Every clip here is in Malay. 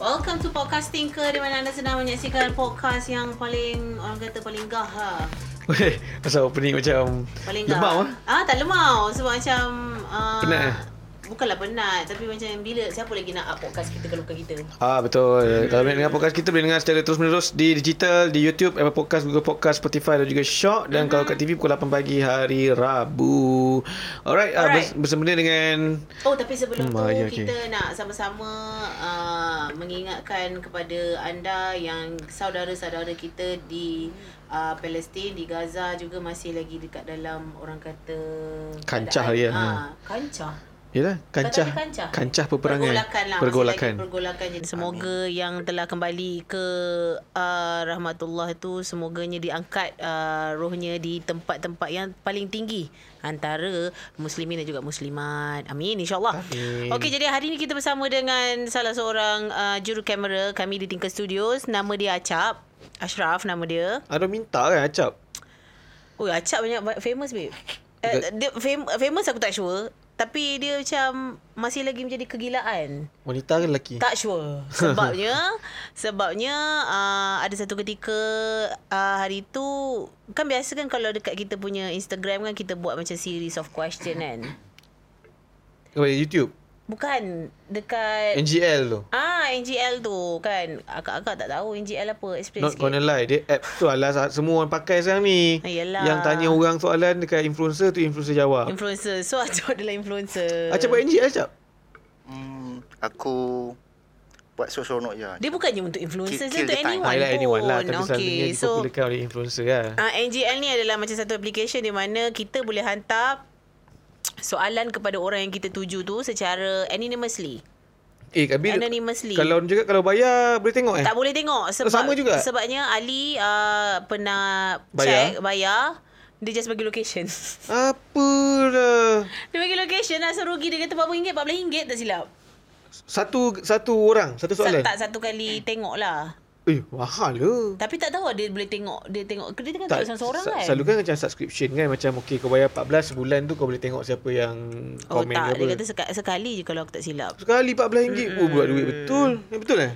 Welcome to Podcast Thinker di mana anda sedang menyaksikan podcast yang paling orang kata paling gah lah. Okay, pasal opening macam Paling gah. lemau ah. Ah, tak lemau sebab macam uh, Penat eh? Bukanlah penat tapi macam bila siapa lagi nak up podcast kita kalau bukan kita. Ah betul. Kalau boleh dengar podcast kita boleh dengar secara terus menerus di digital, di YouTube, Apple Podcast, Google Podcast, Spotify dan juga Mhm. Shock dan kalau kat TV pukul 8 pagi hari Rabu. Alright, ah, Alright. bers- bersempena dengan Oh tapi sebelum Hmm, tu bahaya, kita nak sama-sama uh, mengingatkan kepada anda yang saudara-saudara kita di uh, Palestin, di Gaza juga masih lagi dekat dalam orang kata Kancah keadaan- dia. ha. Ah, kancah. Yalah, Kata kancah dia kancah. kancah peperangan. Pergolakan lah. Pergolakan. Pergolakan. Pergolakan. Jadi semoga yang telah kembali ke uh, rahmatullah itu semoganya diangkat uh, rohnya di tempat-tempat yang paling tinggi antara muslimin dan juga muslimat. Amin insyaallah. Amin. Okey jadi hari ini kita bersama dengan salah seorang uh, juru kamera kami di Tinker Studios. Nama dia Acap. Ashraf nama dia. Ada minta kan acap. Oh Acap banyak banyak famous babe. Uh, Betul. dia fam- famous aku tak sure tapi dia macam masih lagi menjadi kegilaan. Wanita ke lelaki? Tak sure Sebabnya Sebabnya uh, Ada satu ketika uh, Hari tu Kan biasa kan Kalau dekat kita punya Instagram kan Kita buat macam series of question kan Oh, YouTube. Bukan Dekat NGL tu. Ah NGL tu kan Akak-akak tak tahu NGL apa Explain Not sikit Ah, gonna lie Dia app tu alas Semua orang pakai sekarang ni Yelah. Yang tanya orang soalan Dekat influencer tu Influencer jawab Influencer So Acap adalah influencer Acap buat NG Acap Hmm, aku buat seronok je. Dia bukannya untuk influencer Kill- kill Untuk the time. anyone Ah, pun yelah, anyone lah Tapi selalunya Okay So dipopularkan oleh influencer lah Ah, NGL ni adalah macam satu application di mana kita boleh hantar soalan kepada orang yang kita tuju tu secara anonymously. Eh Kak Bil Anonymously. Kalau juga kalau bayar Boleh tengok eh tak boleh tengok sebab sama juga? sebabnya Ali uh, pernah Bayar? check bayar dia just bagi location. Apa dah dia bagi location lah so rugi dia kata berapa RM14 RM14 tak silap. Satu Satu orang Satu Sa- soalan tak satu kali tengok lah. Eh mahal lah Tapi tak tahu dia boleh tengok dia tengok dia tengok tak, seorang-seorang sa- kan. Selalu kan macam subscription kan Macam okay kau bayar 14 sebulan tu Kau boleh tengok siapa yang oh Komen tak dia ke apa kata seka- sekali je kalau aku tak silap. Sekali RM14 mm. Oh buat duit betul eh, Betul eh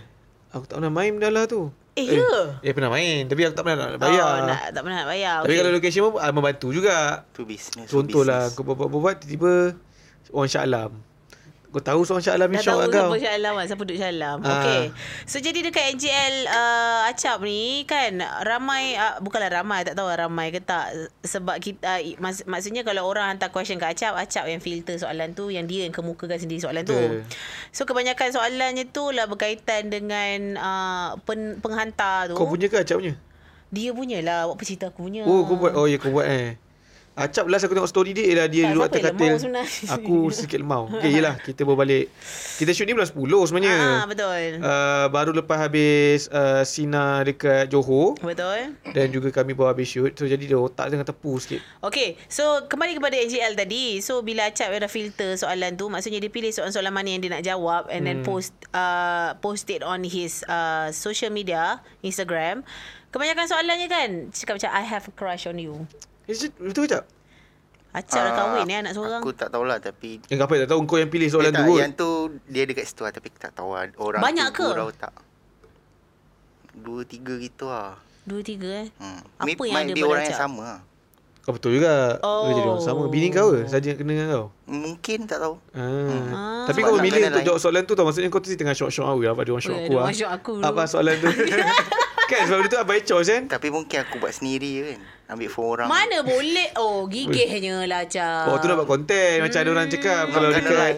Aku tak pernah main dah lah tu Eh, ya. Eh pernah main Tapi aku tak pernah nak bayar Oh, nak, tak pernah nak bayar. Tapi Okey. kalau location pun ah, Membantu juga Tu bisnes. tu Contohlah bisnes. Kau buat-buat Tiba-tiba Orang Shah Alam Kau tahu seorang Shah Alam Dah ni Syok tahu kat kau siapa Syah Alam kan Siapa duduk Syah Alam Ah. Okay So jadi dekat NGL uh, Acap ni kan Ramai uh, Bukanlah ramai Tak tahu lah ramai ke tak Sebab kita uh, mas, Maksudnya kalau orang hantar question kat Acap Acap yang filter soalan tu Yang dia yang kemukakan sendiri soalan tu Betul. So kebanyakan soalannya tu lah Berkaitan dengan uh, pen, Penghantar tu Kau punya ke Acap punya Dia punya lah Buat cerita aku punya Oh kau buat Oh ya kau buat eh Acap last aku tengok story dia Ialah dia Tak, duduk siapa atas yang katil lemau sebenarnya? Aku sikit lemau Okay yelah Kita berbalik Kita shoot ni bulan 10 sebenarnya Ah, Betul uh, Baru lepas habis uh, Sina dekat Johor Betul Dan juga kami baru habis shoot So jadi dia otak tengah tepu sikit Okay, so kembali kepada NGL tadi. So, bila Acap dah filter soalan tu, maksudnya dia pilih soalan-soalan mana yang dia nak jawab and then post uh, post it on his uh, social media, Instagram. Kebanyakan soalannya kan, cakap macam, I have a crush on you. Eh, shit, Betul ke Acap? Acap dah Ah, kahwin ni anak seorang. Aku tak tahulah tapi Eh apa tak tahu kau yang pilih eh, soalan tak, tu kot. yang tu dia dekat situ lah tapi aku tak tahu lah. orang Banyak tu ke? gurau tak. Dua tiga gitu lah. Dua, tiga eh. Hmm. Apa May- yang might ada be pada orang yang Acap? sama lah. Kau betul juga. Oh. Oh. Kau jadi orang sama. Bini kau ke? Saja yang kena dengan kau. Mungkin tak tahu. Ah. Hmm. Ah. Tapi Sebab kau nak memilih kena untuk lain. jawab soalan tu tau. Maksudnya kau tu tengah shock-shock aku lah. Apa dia orang shock Weh, aku dia lah. orang shock aku dulu. Apa soalan tu? kan sebab dia tu abai choice kan? Tapi mungkin aku buat sendiri je kan. Ambil phone orang. Mana boleh? Oh, gigihnya lah Acap. Oh tu dapat konten. Macam ada orang cakap. Kalau Kena dekat Ah. Hmm. lain.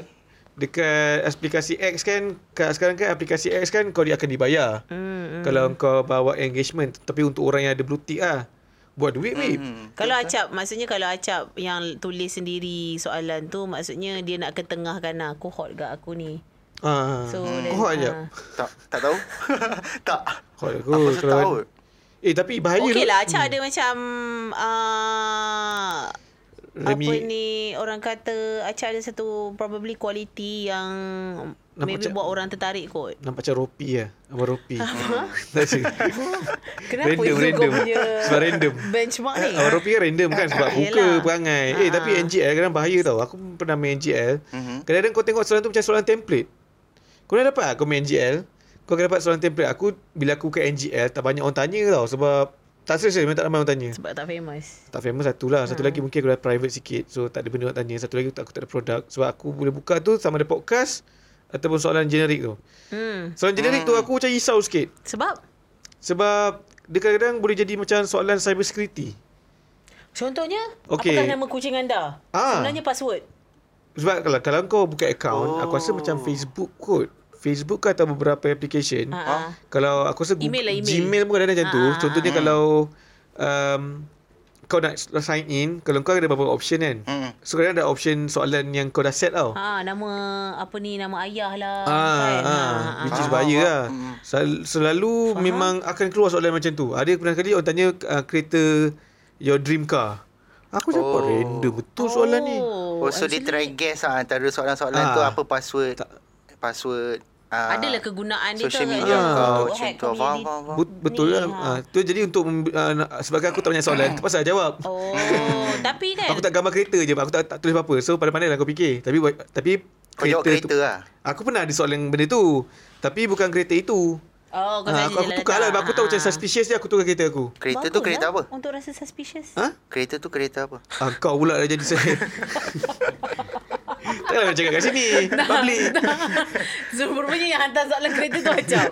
dekat aplikasi X kan kat sekarang kan aplikasi X kan kau dia akan dibayar. Hmm, kalau kau bawa engagement tapi untuk orang yang ada blue tick ah buat duit weh. Hmm. Kalau Acap, maksudnya kalau Acap yang tulis sendiri soalan tu, maksudnya dia nak ketengahkan lah. aku hot ke aku ni. Ah. So, Hmm. then, Kau ajak. ah. Tak, tak tahu. tak. Kau aku Aku rasa tak kalau- tahu. lah, Eh tapi bahaya Okey tu. lah Acap ada macam uh, Remy, apa ni orang kata Acap ada satu probably quality yang Nampak maybe Acap- buat orang tertarik kot. Nampak macam Ropi lah Apa Ropi Tak cakap. Kenapa Random itu random kau punya Sebab random benchmark ni? Awal Ropi kan random kan Sebab buka Yelah. perangai Eh tapi Ha. NGL kadang bahaya tau Aku pernah main NGL Mhm. Kadang-kadang kau tengok soalan tu Macam soalan template Kau dah dapat tak kau main NGL Kau akan dapat soalan template Aku Bila aku buka NGL Tak banyak orang tanya tau Sebab Tak serius memang tak ramai orang tanya Sebab tak famous. tak famous satu lah Satu lagi mungkin aku dah private sikit So tak ada benda nak tanya Satu lagi aku tak, aku tak ada produk Sebab aku boleh buka tu Sama ada podcast Ataupun soalan generik tu Hmm. Soalan generik tu aku macam risau sikit Sebab Sebab Dia kadang-kadang boleh jadi macam Soalan cyber security contohnya Okey. apakah nama kucing anda? Ah. Sebenarnya password. Sebab kalau, kalau kau buka account oh. Aku rasa macam Facebook kot Facebook ke atau beberapa application Ha. ha. Kalau aku rasa Email lah, email. Gmail pun kadang-kadang macam tu Ah, ah, Contohnya kalau um, Kau nak sign in Kalau kau ada beberapa option kan Hmm. So kadang ada option soalan yang kau dah set tau Ha nama apa ni nama ayah lah Ah, ah, ha. which is Ah, bahaya ah, lah. Sel- Selalu Faham? memang akan keluar soalan macam tu. Ada pernah kali orang tanya uh, kereta your dream car. Aku cakap oh. Oh. random betul oh. soalan ni. Oh, so dia try guess lah antara soalan-soalan Ah. tu apa password. Tak. Password. ah, Adalah kegunaan dia ke social media Ah. kan? kau Oh, macam hack tu. Faham, community. faham, faham. Bet- betul lah. Ni, Ha. Tu jadi untuk mem- uh, nak- sebagai aku tak banyak soalan, terpaksa jawab. Oh. Kan. Oh, tapi kan Aku tak gambar kereta je, aku tak, tak tulis apa-apa. So pandai-pandai lah aku fikir. Tapi buat- tapi Kau jawab kereta tu, lah. Aku pernah ada soalan benda tu. Tapi bukan kereta itu. Oh, kau Ha, saja aku, aku je tukar letak. lah. Sebab aku tahu macam Ah. suspicious dia aku tukar kereta aku. Kereta tu Baguslah kereta apa? lah Untuk rasa suspicious. Ha? Kereta tu kereta apa? Ah, kau pula dah jadi saya. Taklah nak cakap kat sini. Public. so, rupanya yang hantar soalan kereta tu macam.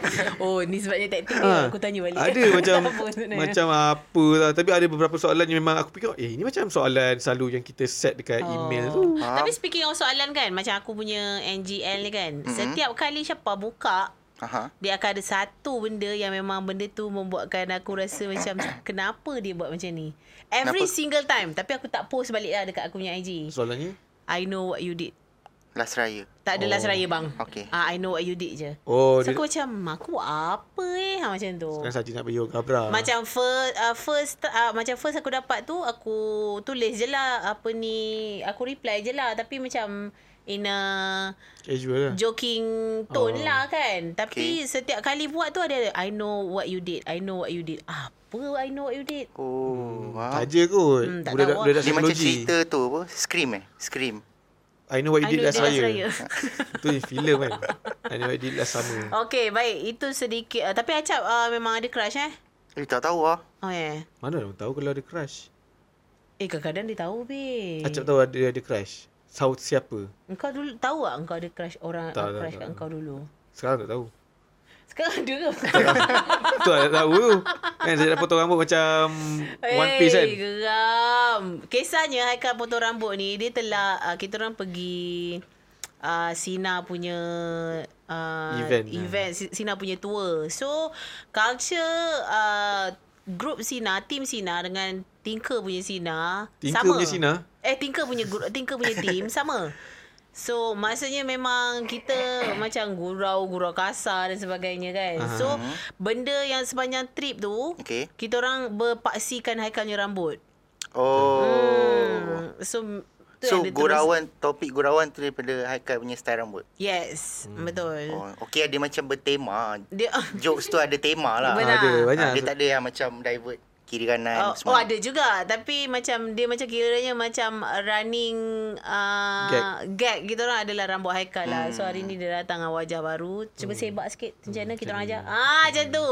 Oh, ni sebabnya taktik dia. Ah, Aku tanya balik. Ada macam Tak apa sebenarnya. macam apa lah. Tapi ada beberapa soalan yang memang aku fikir, eh ini macam soalan selalu yang kita set dekat oh. email tu. Ah. Tapi speaking of soalan kan, macam aku punya NGL ni kan. Mm-hmm. Setiap kali Syapa buka, Aha. dia akan ada satu benda yang memang benda tu membuatkan aku rasa macam kenapa dia buat macam ni. Every Kenapa? single time. Tapi aku tak post balik lah dekat aku punya IG. Soalannya? I know what you did. Last Raya. Tak adalah oh. seraya bang. Okey. Ah, I know what you did je. Oh, so dia, aku macam aku buat apa eh ha, macam tu. sekarang saja nak bagi Gabra. Macam first uh, first uh, macam first aku dapat tu aku tulis je lah apa ni aku reply je lah tapi macam in a Casual lah. joking tone oh. lah kan. Tapi okay. setiap kali buat tu ada I know what you did. I know what you did. Apa I know what you did? Oh, Tak wow. aja kot. Hmm, tak budak tahu. budak Dia macam psikologi. cerita tu apa? Scream eh? Scream. I know what I you did know last you did last raya. Tu ni filem kan. I know what you did last summer. Okay baik itu sedikit uh, tapi Acap uh, memang ada crush eh? Eh, tak tahu lah. Oh yeah. Mana orang tahu kalau ada crush? Eh kadang-kadang dia tahu babe. Acap tahu ada ada crush. Saud siapa? Engkau dulu tahu tak engkau ada crush orang tak, Tak, tak, crush tak, kat tak. engkau dulu? Sekarang tak tahu. Sekarang ada ke? Tu lah tak tahu tu. Kan saya dah potong rambut macam One Piece kan. Eh, geram. Kisahnya Haikal potong rambut ni, dia telah uh, kita orang pergi uh, Sina punya uh, Event, ah. event Si- Sina punya tour. So culture uh, group Sina, team Sina dengan Tinker punya Sina Tinker punya Sina? Eh Tinker punya guru, Tinker punya team sama. So maksudnya memang kita macam gurau, gurau kasar dan sebagainya kan. Uh-huh. So benda yang sepanjang trip tu Okey. kita orang berpaksikan Haikalnya rambut. Oh. Hmm. So tu So, yang dia terus- gurauan, topik gurauan tu daripada Haikal punya style rambut. Yes, hmm. betul. Oh. Oh, okay, dia macam bertema. Dia Jokes tu ada tema lah. Benar. Ada banyak. Ah, Dia tak ada yang macam divert kiri kanan Oh, oh ada juga tapi macam dia macam kiranya macam running uh, Gag. gag kita orang adalah rambut Haikal lah. So hari ni dia datang dengan wajah baru. Cuba sebak sikit macam mana kita orang ajar. Ah macam tu.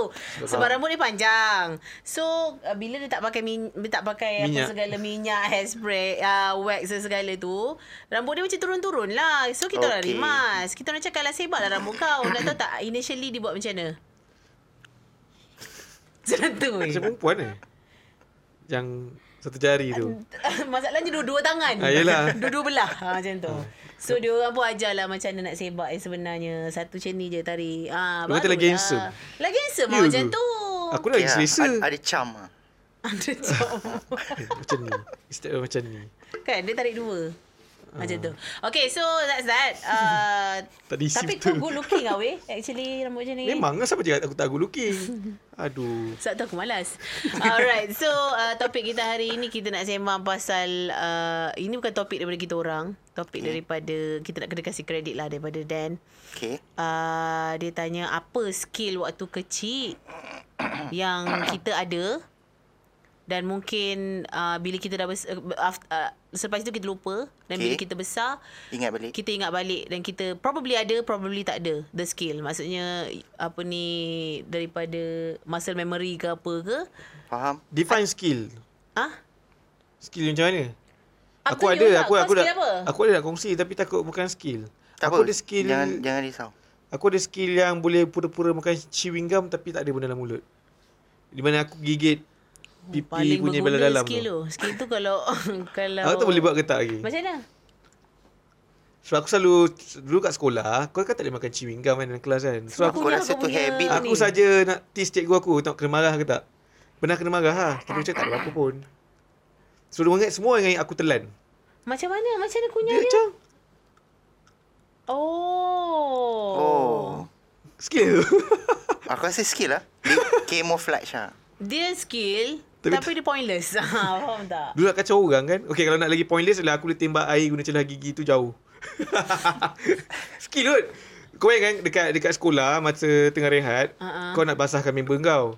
Sebab rambut dia panjang. So uh, bila dia tak pakai min, dia tak pakai Minyak. apa segala minyak, hairspray, uh, wax dan segala tu, rambut dia macam turun-turun lah. So kita orang Okey. rimas. Kita orang cakap lah sebak lah rambut kau. Nak tahu tak initially dia buat macam mana? Macam tu. eh. Macam perempuan eh. Yang satu jari tu. Masalahnya dua-dua tangan. Ah, yelah. Ah. Dua-dua belah. Ha, macam tu. So, dia orang pun ajar lah macam mana nak sebab eh, sebenarnya. Satu macam ni je tarik. Ha, Dia kata barulah. lagi handsome. Lagi handsome Ya lah macam ke? tu. Aku dah selesa. Ya, ah. Ada charm lah. Ada jom. Macam ni. Step dia macam ni. kan, dia tarik dua. Ah. Macam tu. Okay, so that's that. Uh, Tadi isi tapi betul. kau good looking lah weh. Actually rambut macam ni. Memang lah siapa cakap aku tak good looking. Aduh. Sebab tu aku malas. Alright, so uh, topik kita hari ini kita nak sembang pasal uh, ini bukan topik daripada kita orang. Topik daripada kita nak kena kasih kredit lah daripada Dan. Okay. Uh, dia tanya apa skill waktu kecil yang kita ada dan mungkin uh, bila kita dah bes- uh, af- uh, selepas itu kita lupa dan okay. bila Okay. kita besar Ingat balik. kita ingat balik dan kita probably ada probably tak ada the skill maksudnya apa ni daripada muscle memory ke apa ke Faham? Define skill. ah Skill macam mana? Up Aku to ada, you lah. aku Kau aku skill dah apa? aku ada nak kongsi tapi takut bukan skill. Tak aku apa. ada skill Jangan, jangan risau. aku ada skill yang boleh pura-pura makan chewing gum tapi tak ada benda dalam mulut. Di mana aku gigit pipi Oh, paling punya berguna bela dalam skill tu. tu skill tu kalau kalau Aku tak boleh buat ke tak lagi. macam mana So aku selalu dulu kat sekolah, kau kan tak boleh makan chewing gum kan dalam kelas kan. So aku Kau ni, rasa tu punya habit ni. aku saja nak tease cikgu aku tak kena marah ke tak. Pernah kena marah ha, tapi macam tak ada apa pun. So dia ingat semua yang aku telan. macam mana macam mana kunyah Dia dia, macam oh Oh. skill. Aku rasa skill lah. Dia camouflage lah. dia skill Tapi tapi, dia pointless Ah, faham tak Dulu nak kacau orang kan Okay kalau nak lagi pointless Adalah aku boleh tembak air Guna celah gigi tu jauh Skill kot Kau bayang kan Dekat, dekat sekolah Masa tengah rehat Ha-ha. uh-huh. Kau nak basahkan member kau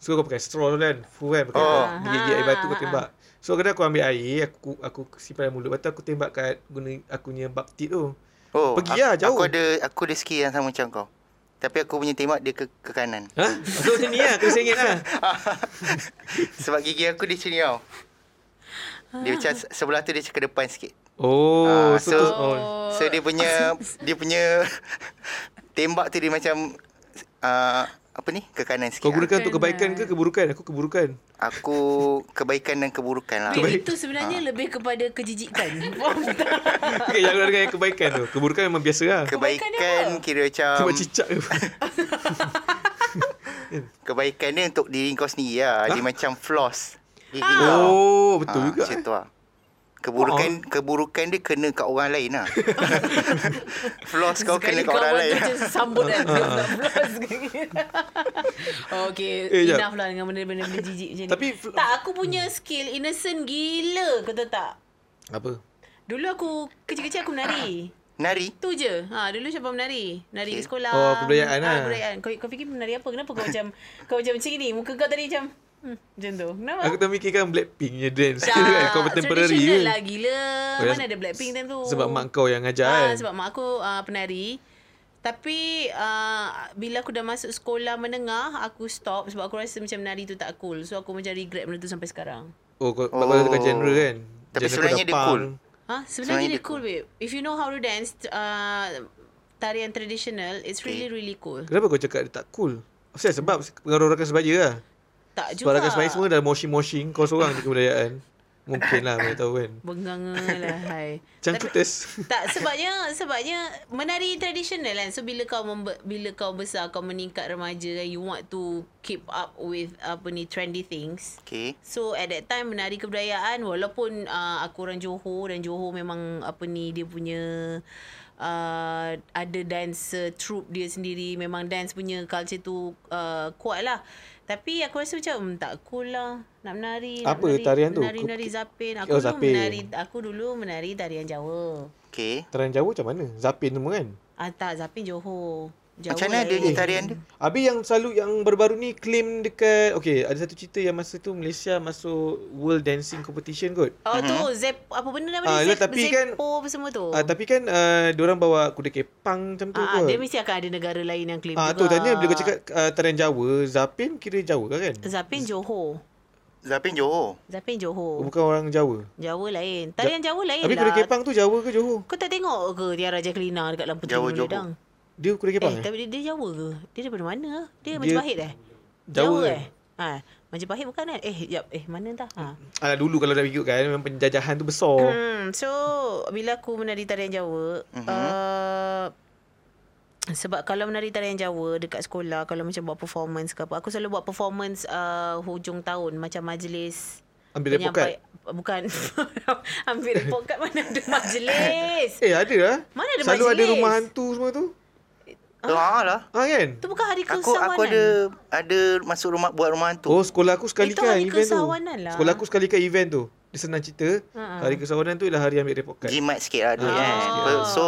So kau pakai straw tu kan Full kan Pakai Oh. oh. gigi air batu kau Ha-ha. tembak So kadang aku ambil air Aku aku simpan dalam mulut Lepas tu aku tembak kat Guna aku punya baktit tu Oh, Pergi aku- lah, jauh. Aku ada aku ada skill yang sama macam kau. Tapi aku punya tembak dia ke, ke kanan. Ha? So macam ni lah Kena sengit lah Sebab gigi aku dia sini tau. Dia macam se- sebelah tu dia ke depan sikit. Oh Ah, so, so- tu- oh. So dia punya dia punya tembak tu dia macam uh, apa ni? Ke kanan Kau sikit. lah. gunakan untuk kebaikan ke keburukan Aku keburukan Aku kebaikan dan keburukan lah. Wait, itu sebenarnya lebih kepada kejijikan faham tak Okay jangan gunakan yang kebaikan tu Keburukan memang biasa lah Kebaikan kira Sebab macam cicak tu kebaikan dia untuk diri kau sendiri lah. Dia macam floss. Gigi kau. Oh, betul Ah, juga. Oh. Macam tu lah. Keburukan keburukan dia kena kat orang lain lah. Floss kau Sekali kena kat orang kawan lain. lah. tu je sambut kan Dia tak plus Okay Eh, jap. Enough lah dengan benda-benda benda jijik macam ni Tapi fl- Tak aku punya skill Innocent gila Kau tahu tak Apa? Dulu aku Kecil-kecil aku menari Nari. Tu je ha, Dulu siapa menari Menari okay. Okay. sekolah Oh, kebudayaan ha, lah. kebudayaan. Kau, kau fikir menari apa Kenapa kau macam Kau macam macam ni Muka kau tadi macam hmm, Macam tu Kenapa Aku tak fikirkan Blackpink punya dance tu kan. Contemporary traditional ke. lah gila Oh, Mana ada Blackpink time tu Sebab mak kau yang ajar Ah, kan. sebab mak aku uh, penari. Tapi uh, bila aku dah masuk sekolah menengah, aku stop sebab aku rasa macam menari tu tak cool. So aku macam regret benda tu sampai sekarang. Oh, kau oh. kau Oh. dekat genre kan. Genre Tapi kau sebenarnya dah dia punk. cool. Ha, sebenarnya Sebenarnya dia cool, babe. If you know how to dance, uh, tarian traditional, it's really really cool. Kenapa kau cakap dia tak cool? Saya sebab pengaruh rakan sebaya lah. Tak Sebab juga. rakan sebaya semua dah moshing-moshing. Kau seorang je kebudayaan. Mungkin lah, mana tahu kan. Bengang lah, hai. Cangkutus. Tak sebabnya sebabnya menari traditional kan. So bila kau membe- bila kau besar kau meningkat remaja kan you want to keep up with apa ni trendy things. Okay. So at that time menari kebudayaan walaupun uh, aku orang Johor dan Johor memang apa ni dia punya uh, ada dancer troupe dia sendiri memang dance punya culture tu uh, kuat lah. Tapi aku rasa macam hmm, tak cool lah nak menari. nak Apa menari, tarian tu? Menari menari zapin. Aku Oh, dulu zapin. menari aku dulu menari tarian Jawa. Okay. Terang jauh macam mana? Zapin semua kan? Ah tak zapin Johor. Jawa Macam mana dia lain. ni tarian dia? Habis yang selalu yang baru-baru ni claim dekat Okay ada satu cerita yang masa tu Malaysia masuk World Dancing Competition kot Oh tu Mhm. Zep apa benda nama Ah, dia? lah, Zep, tapi kan- Zepo apa semua tu. Ah, tapi kan uh, diorang bawa kuda kepang macam tu Oh. Ah, kot. dia mesti akan ada negara lain yang claim juga. Eh, Ah lah. tu tanya bila kau cakap uh, tarian Jawa, Zapin kira Jawa ke kan? Zapin Johor. Zapin Johor. Zapin Oh. Johor. Bukan orang Jawa. Jawa lain. Tarian Jawa lain Tapi kuda lah. kepang tu Jawa ke Johor? Kau tak tengok ke Tiara Jacquelina dekat Lampu Jawa, Tinggi Johor. Ledang? Dia kuda Eh, kepang eh? tapi dia, dia Jawa ke? Dia daripada mana? ah? Dia, dia Dia- Majapahit eh? Jawa kan? eh? Ha, Majapahit bukan kan? Eh, jap. Eh, mana entah. Ha. Alah Ah, dulu kalau nak ikut kan memang penjajahan tu besar. Hmm, so bila aku menari tarian Jawa, mm-hmm. uh, sebab kalau menari tarian Jawa dekat sekolah, kalau macam buat performance ke apa, aku selalu buat performance uh, hujung tahun macam majlis Ambil report card. penyampai- Bukan. Ambil report card mana ada majlis. Eh ada lah Mana ada Selalu ada majlis? rumah hantu semua tu Ah lah. Ha kan Itu bukan hari Aku keusahawanan. aku ada ada masuk rumah buat rumah hantu. Oh sekolah aku sekali Itu kan hari event tu kesawanan lah. Sekolah aku sekali kan event tu Dia senang cerita Ha-ha. Hari kesawanan tu ialah hari ambil report card Jimat sikit lah dulu Ah, kan. sikit. Per- So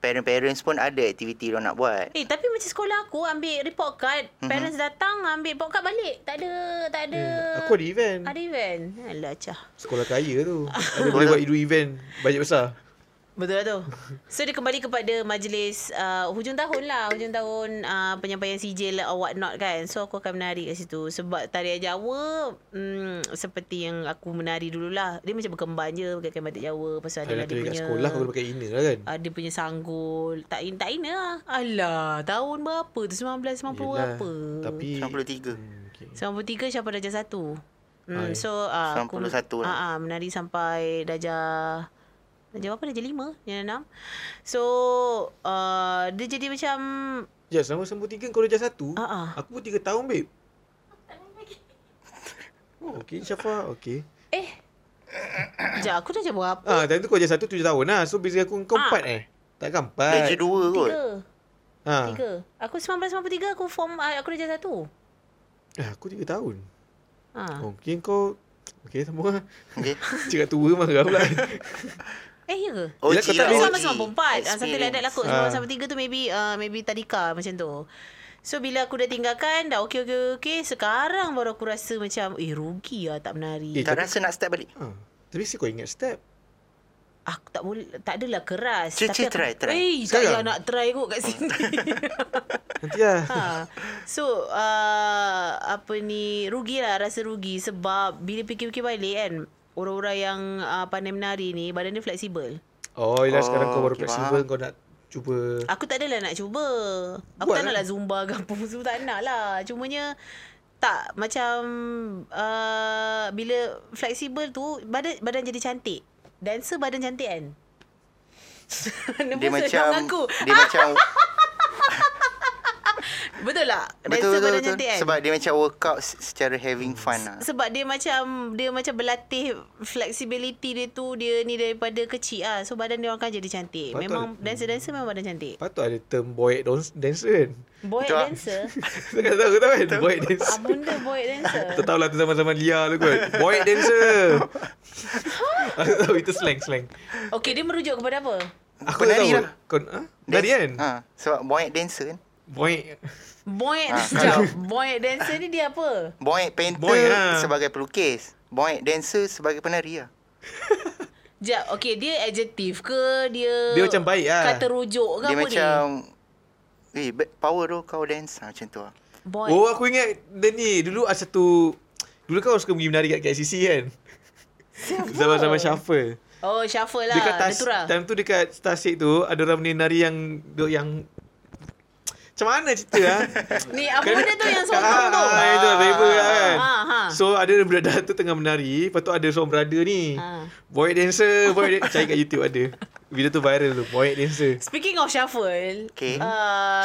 parent-parents pun ada aktiviti dia nak buat. Eh tapi macam sekolah aku ambil report card, mm-hmm. parents datang ambil report card balik. Tak ada, tak ada. Eh, Aku ada event Ada event. Alah cah. Sekolah kaya tu Ada boleh buat do event Banyak besar Betul lah tu. So dia kembali kepada majlis uh, hujung tahun lah. Hujung tahun uh, penyampaian sijil or what not kan. So aku akan menari kat situ. Sebab tarian Jawa mm, seperti yang aku menari dululah. Dia macam berkembang je pakai kain batik Jawa. Pasal Kalau ada dia tu punya... kat sekolah kau kena pakai inner lah kan ada Ah, punya sanggul tak in tak ina lah. Alah, tahun berapa tu 1990 berapa? Tapi 93. Hmm, okay. 93 Syafa darjah 1. Hmm, Hai. so uh, aku 91 lah. ah, ah, menari sampai darjah darjah apa? Darjah 5, darjah 6. So uh, dia jadi macam Ya selama sembuh tiga kau darjah satu Ah, Aku pun tiga tahun babe Oh okay Syafa Okay eh Sekejap, aku dah jawab berapa? Ah, time tu kau darjah satu tujuh tahun lah So beza aku Ah. kau empat eh Takkan empat Kerja dua kot. Tiga. ha. Tiga. Aku 1993 aku form ah, aku darjah 1. Ah, Aku tiga tahun Ha. Oh, mungkin kau Okay sama lah Okay. Cakap tua marah pula Eh, ya ke? Yelah, OG kau tak lah. boleh- Sama sama perempat ah, Something like that lah kot Sama Ah. sama tiga tu maybe uh, Maybe tadika macam tu So bila aku dah tinggalkan Dah okey okey okey Sekarang baru aku rasa macam Eh rugi lah tak menari Eh, Tak rasa nak start balik. ha. Tapi si kau ingat step Aku Ah, tak boleh Tak adalah keras Cuci, Tapi aku, try, try. Eh tak payah Sekarang? nak try kot kat sini Nanti lah ha. So uh, Apa ni Rugi lah Rasa rugi Sebab Bila fikir-fikir balik kan Orang-orang yang uh, Pandai menari ni Badan dia fleksibel Oh yelah sekarang kau Oh, baru okay, flexible Kau nak cuba Aku tak adalah nak cuba. Aku Buat tak lah. naklah zumba ke apa semua tak nak lah. Cumanya tak macam uh, bila fleksibel tu badan badan jadi cantik. Dancer badan cantik kan. Dia Nervous macam dong aku. dia macam Betul lah. Dancer betul betul, badan betul. cantik kan. sebab dia macam workout se- secara having fun lah. sebab dia macam dia macam berlatih flexibility dia tu dia ni daripada kecil ah. So badan dia orang kan jadi cantik. Patut. Memang dancer-dancer memang badan cantik. Patut ada term boy dance- dancer kan Boy Betul lah. dancer. Kau tak tahu kau tahu kan Boy dancer Apa benda boy dancer? Tak tahulah tu zaman-zaman Lia tu kot Boy dancer Aku tahu itu slang slang Okey, dia merujuk kepada apa? Aku Penari tahu lah. Kau ha? Dari kan Ha, sebab boy dancer kan. Boy Boy Ah. sekejap. Boy dancer ni dia apa? Boy painter Boy lah. sebagai pelukis. Boy dancer sebagai penari lah. Sekejap. Okey, dia adjektif ke? Dia Dia macam baik lah. Kata rujuk ke Dia apa macam ni? Eh, bad power tu kau dance ha, macam tu lah. Boy. Oh aku ingat Dan ni Dulu ada satu Dulu kau suka pergi menari kat KCC kan Zaman-zaman shuffle Oh, shuffle lah. Dekat tas, Datura. Time tu dekat Tasik tu Ada orang menari yang duk Yang Macam mana cerita lah Ni apa benda tu yang sotong tu? Ah, ah, itu label lah kan. Ha, ha. So ada budak tu tengah menari, lepas tu ada seorang brother ni. Ah. Boy dancer, boy dancer. Cari kat YouTube ada. Video tu viral tu, boy dancer. Speaking of shuffle, Okay. Uh,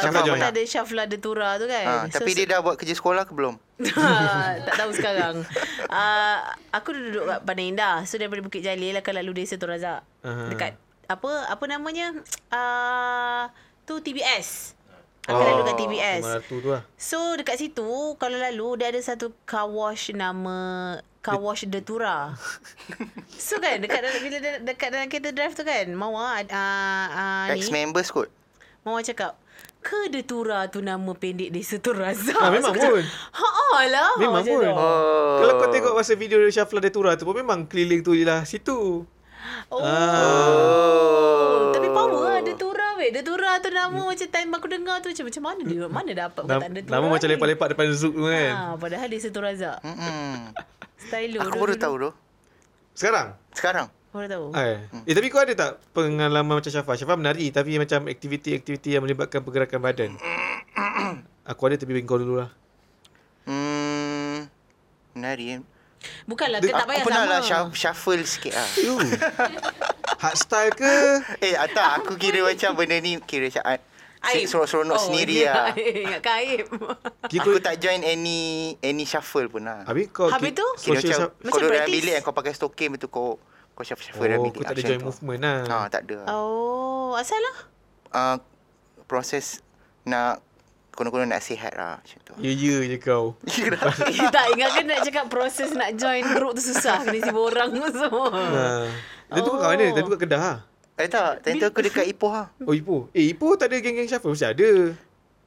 Shuffle shuffle jom. lah. ada shuffle ada tura tu Ha, kan. Ah, tapi dia dah buat kerja sekolah ke belum? tak tahu sekarang. Uh, aku duduk kat Pantai Indah. So daripada Bukit Jalil akan lalu desa Tun Razak. Aha. Dekat apa apa namanya? Uh, tu TBS. Aku Oh. lalu kat TBS. Mana tu tu lah. So dekat situ kalau lalu dia ada satu car wash nama car wash Datura. so kan dekat dalam bila de- dekat dalam kereta drive tu kan Mawa uh, uh, ni Ex-members kot. Mama cakap ke Datura tu nama pendek desa tu Razak. Ah, memang Aku cakap, pun. Ha lah. Memang macam pun. tu. Oh. Kalau kau tengok masa video Syafla Datura tu pun memang keliling tu je lah situ. Oh. Ah. Oh. Tapi power lah Datura weh. Datura tu nama macam time aku dengar tu macam, macam mana dia mana dapat Nama, perkataan Datura. Hmm. nama macam ni? lepak-lepak depan Zook tu kan. Ha, padahal desa tu Razak. Mm-mm. Style Hmm. Aku baru tahu Ah. tu. Sekarang? Sekarang. Baru tahu. Eh. Hmm. eh tapi kau ada tak pengalaman macam Syafa? Syafa menari tapi macam aktiviti-aktiviti yang melibatkan pergerakan badan. Aku ada tapi kau dulu lah. Hmm. Menarik. eh. Bukanlah tak tak Aku payah pernah sama. lah shuff- shuffle sikit lah. You. Hardstyle ke? Eh ah, tak aku kira macam benda ni kira macam art, Aib. Seronok-seronok oh, sendiri ya, lah. Ingatkan Aib. Aku tak join any any shuffle pun lah. Habis kau Habis ki- tu? Kira social macam sub- kau Macam duduk dalam practice. bilik kau pakai stokin betul kau kau shuffle-shuffle dalam Oh, bilik. kau tak ada Macam join tu. movement lah. Ha, tak ada. Oh, asal lah. Ah, proses nak kono-kono nak sihat lah macam tu. Ya, ya je kau. tak ingat kan nak cakap proses nak join group tu susah. Kena sibuk orang tu semua. Hmm. Ha. Dia tu kau kawan dia, tapi kat Kedah lah. Eh tak, time tu aku dekat Ipoh lah. Oh, Ipoh. Eh, Ipoh tak ada geng-geng shuffle? Mesti ada.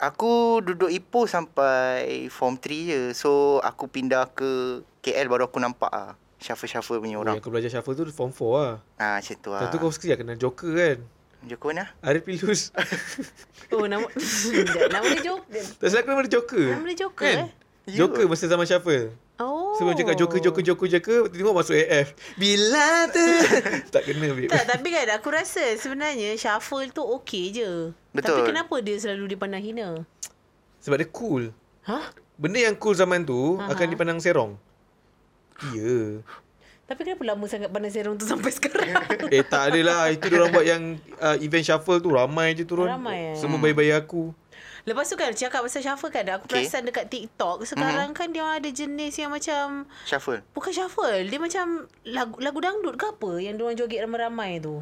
Aku duduk Ipoh sampai form 3 je. So aku pindah ke KL baru aku nampak ah shuffle-shuffle punya Oh, orang. yang kau belajar shuffle tu form 4 lah. Ah macam tu Lepas lah. tu kau sekejap kena joker kan. Joko mana? Arif Pilus. Oh, nama, nama dia Joker. tak silap aku nama dia joker. Kan? Nama dia Joker, eh? Ya. Joker masa zaman shuffle. Oh. So macam kat joker, joker, joker, joker. Tiba-tiba masuk AF. Bila tu? tak kena, babe. Tak, tapi kan aku rasa sebenarnya shuffle tu okey je. Betul. Tapi kenapa dia selalu dipandang hina? Sebab dia cool. Hah? Benda yang cool zaman tu uh-huh. akan dipandang serong. Ya. Tapi kenapa lama sangat pandang serong tu sampai sekarang? Eh tak adalah Itu orang buat yang uh, Event shuffle tu Ramai je turun Ramai, eh? Hmm. Semua bayi-bayi aku Lepas tu kan cakap pasal shuffle kan aku okay. Okay. perasan dekat TikTok sekarang mm-hmm. Mhm. kan dia orang ada jenis yang macam Shuffle. bukan shuffle, dia macam lagu lagu dangdut ke apa yang dia orang joget ramai-ramai tu.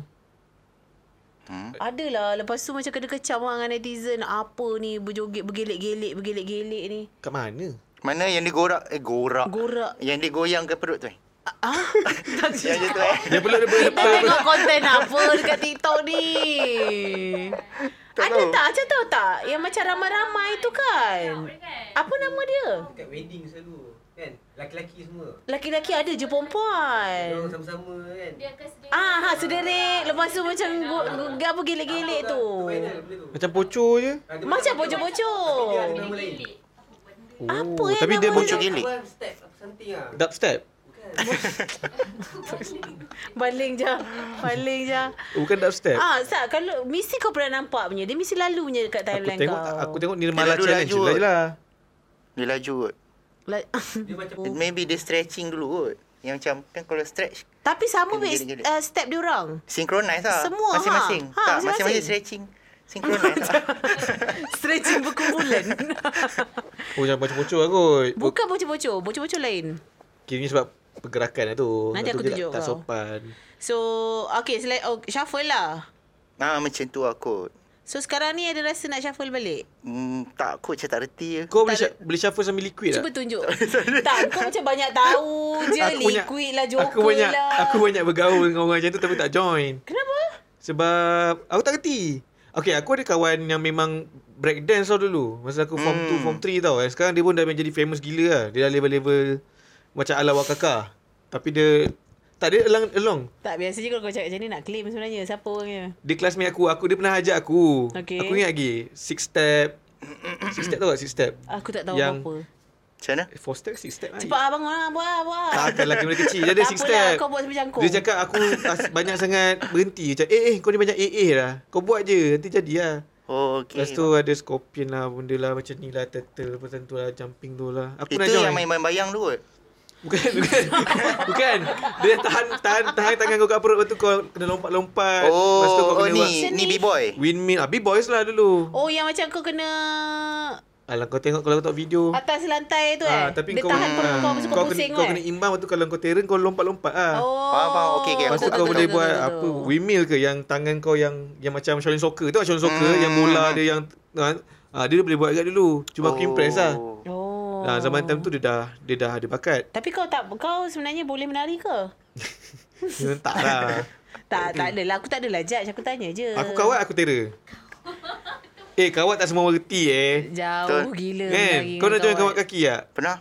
Hmm. Adalah lepas tu macam kena kecam orang dengan netizen apa ni berjoget bergelek-gelek bergelek-gelek ni. Kat mana? Mana yang dia gorak? Eh gorak. Gorak. yang dia goyang ke perut tu eh? Ah, tak Yang dia tu eh? Dia perlu Dia perlu Kita tengok konten apa dekat TikTok ni. Tak Ada tahu. tak? Macam tahu tak? Yang macam ramai-ramai tu kan? Apa nama dia? Dekat wedding selalu kan Laki-laki semua Laki-laki ada je Orang perempuan. sama-sama kan Dia akan sendiri. Ah, ha, sederik. Lepas tu macam go- go- apa gelek-gelek tu. Final kan benda tu Macam pocor je Ah, dia Macam bocor-bocor. nama lain oh, Apa eh Tapi dia nama bocor dia? Gilik. Aku ada step Aku something lah Dubstep Bukan Baling je. Baling je. Oh, Bukan dubstep Ah, Sat, kalau mesti kau pernah nampak punya. Dia mesti lalu punya dekat Aku Thailand tengok kau. Aku tengok Nirmala Dia laju-laju Challenge je kot. lah je lah Dia laju kot. La- Dia Oh. macam Maybe dia stretching dulu kot. Yang macam kan kalau stretch Tapi sama weh Gelek-gelek. uh, step dia orang. synchronize lah. Semua, ha. Masing-masing. Ha, tak, masing-masing. masing-masing stretching. Synchronize lah. Stretching berkumpulan. Oh jangan bocor-bocor lah kot Bukan bocor-bocor. Bocor-bocor lain. Kiranya sebab pergerakan lah tu Nanti Lepas tu aku dia tunjuk tak, tak kau. sopan So, okay, selai, oh, shuffle lah. Ah, macam tu lah kot. So, sekarang ni ada rasa nak shuffle balik? Hmm, tak kot macam tak reti je. Kau boleh, shu- boleh shuffle sambil liquid Cuba Ya. tak? tunjuk. tak, kau macam banyak tahu je. liquid lah, joker aku banyak, lah. Aku banyak bergaul dengan orang macam tu Tapi tak join Kenapa? Sebab Aku tak kerti Okay aku ada kawan yang memang Breakdance tau dulu Masa aku form Hmm. 2 Form 3 tau Eh, Sekarang dia pun dah jadi famous gila lah Dia dah level-level Macam ala wakaka Tapi dia Tak dia along, along. Tak, biasanya kalau kau cakap macam ni nak claim sebenarnya. Siapa orangnya? Dia classmate aku Aku dia pernah ajak aku Okay. Aku ingat lagi Six step Six step tau tak six step Aku tak tahu Yang- apa-apa. Macam mana? Eh, Four step six step lah. Cepat lah bangun lah. Buat lah, buat lah. Takkan lelaki benda kecil Dia ada Tak six apalah, step kau buat sambil jangkung. Dia cakap aku as- banyak sangat berhenti Macam eh eh kau ni banyak eh eh lah Kau buat je nanti jadi lah Oh, okay. Lepas tu ada scorpion lah Benda lah macam ni lah Turtle Lepas tu lah Jumping tu lah Aku nak Itu join yang main bayang tu kot. Bukan Bukan Bukan Dia tahan Tahan, tahan tangan kau kat perut Lepas tu kau kena lompat-lompat Lepas tu kau Oh, oh kena buat ni, ni B-boy. Windmill Habis boys lah dulu Oh, yang macam kau kena Alah kau tengok kalau kau tengok video atas lantai tu eh. Ah, tapi Dia kau tahan perut kau, ah, mesti kau kau kena, pusing kau kan? kena imbang Lepas tu kalau kau terreng Kau lompat-lompat lah Oh. Faham, faham. Okey, okey, Lepas tu aku tak kau tahu, boleh tak buat apa windmill ke yang tangan kau yang yang macam Shaolin soccer tu Shaolin soccer Hmm. yang bola dia yang ah, ah, dia boleh buat kat dulu. Cuma aku impress lah. Oh. Nah, zaman time tu dia dah dia dah ada bakat. Tapi kau tak kau sebenarnya boleh menari ke? Dia tak lah. Tak, tak adalah. Aku tak adalah judge. Aku tanya je. Aku kawat aku tera. Eh kawat tak semua reti eh. Jauh Betul. gila Kan? lagi Kau nak join kawan. kawat kaki tak? Pernah?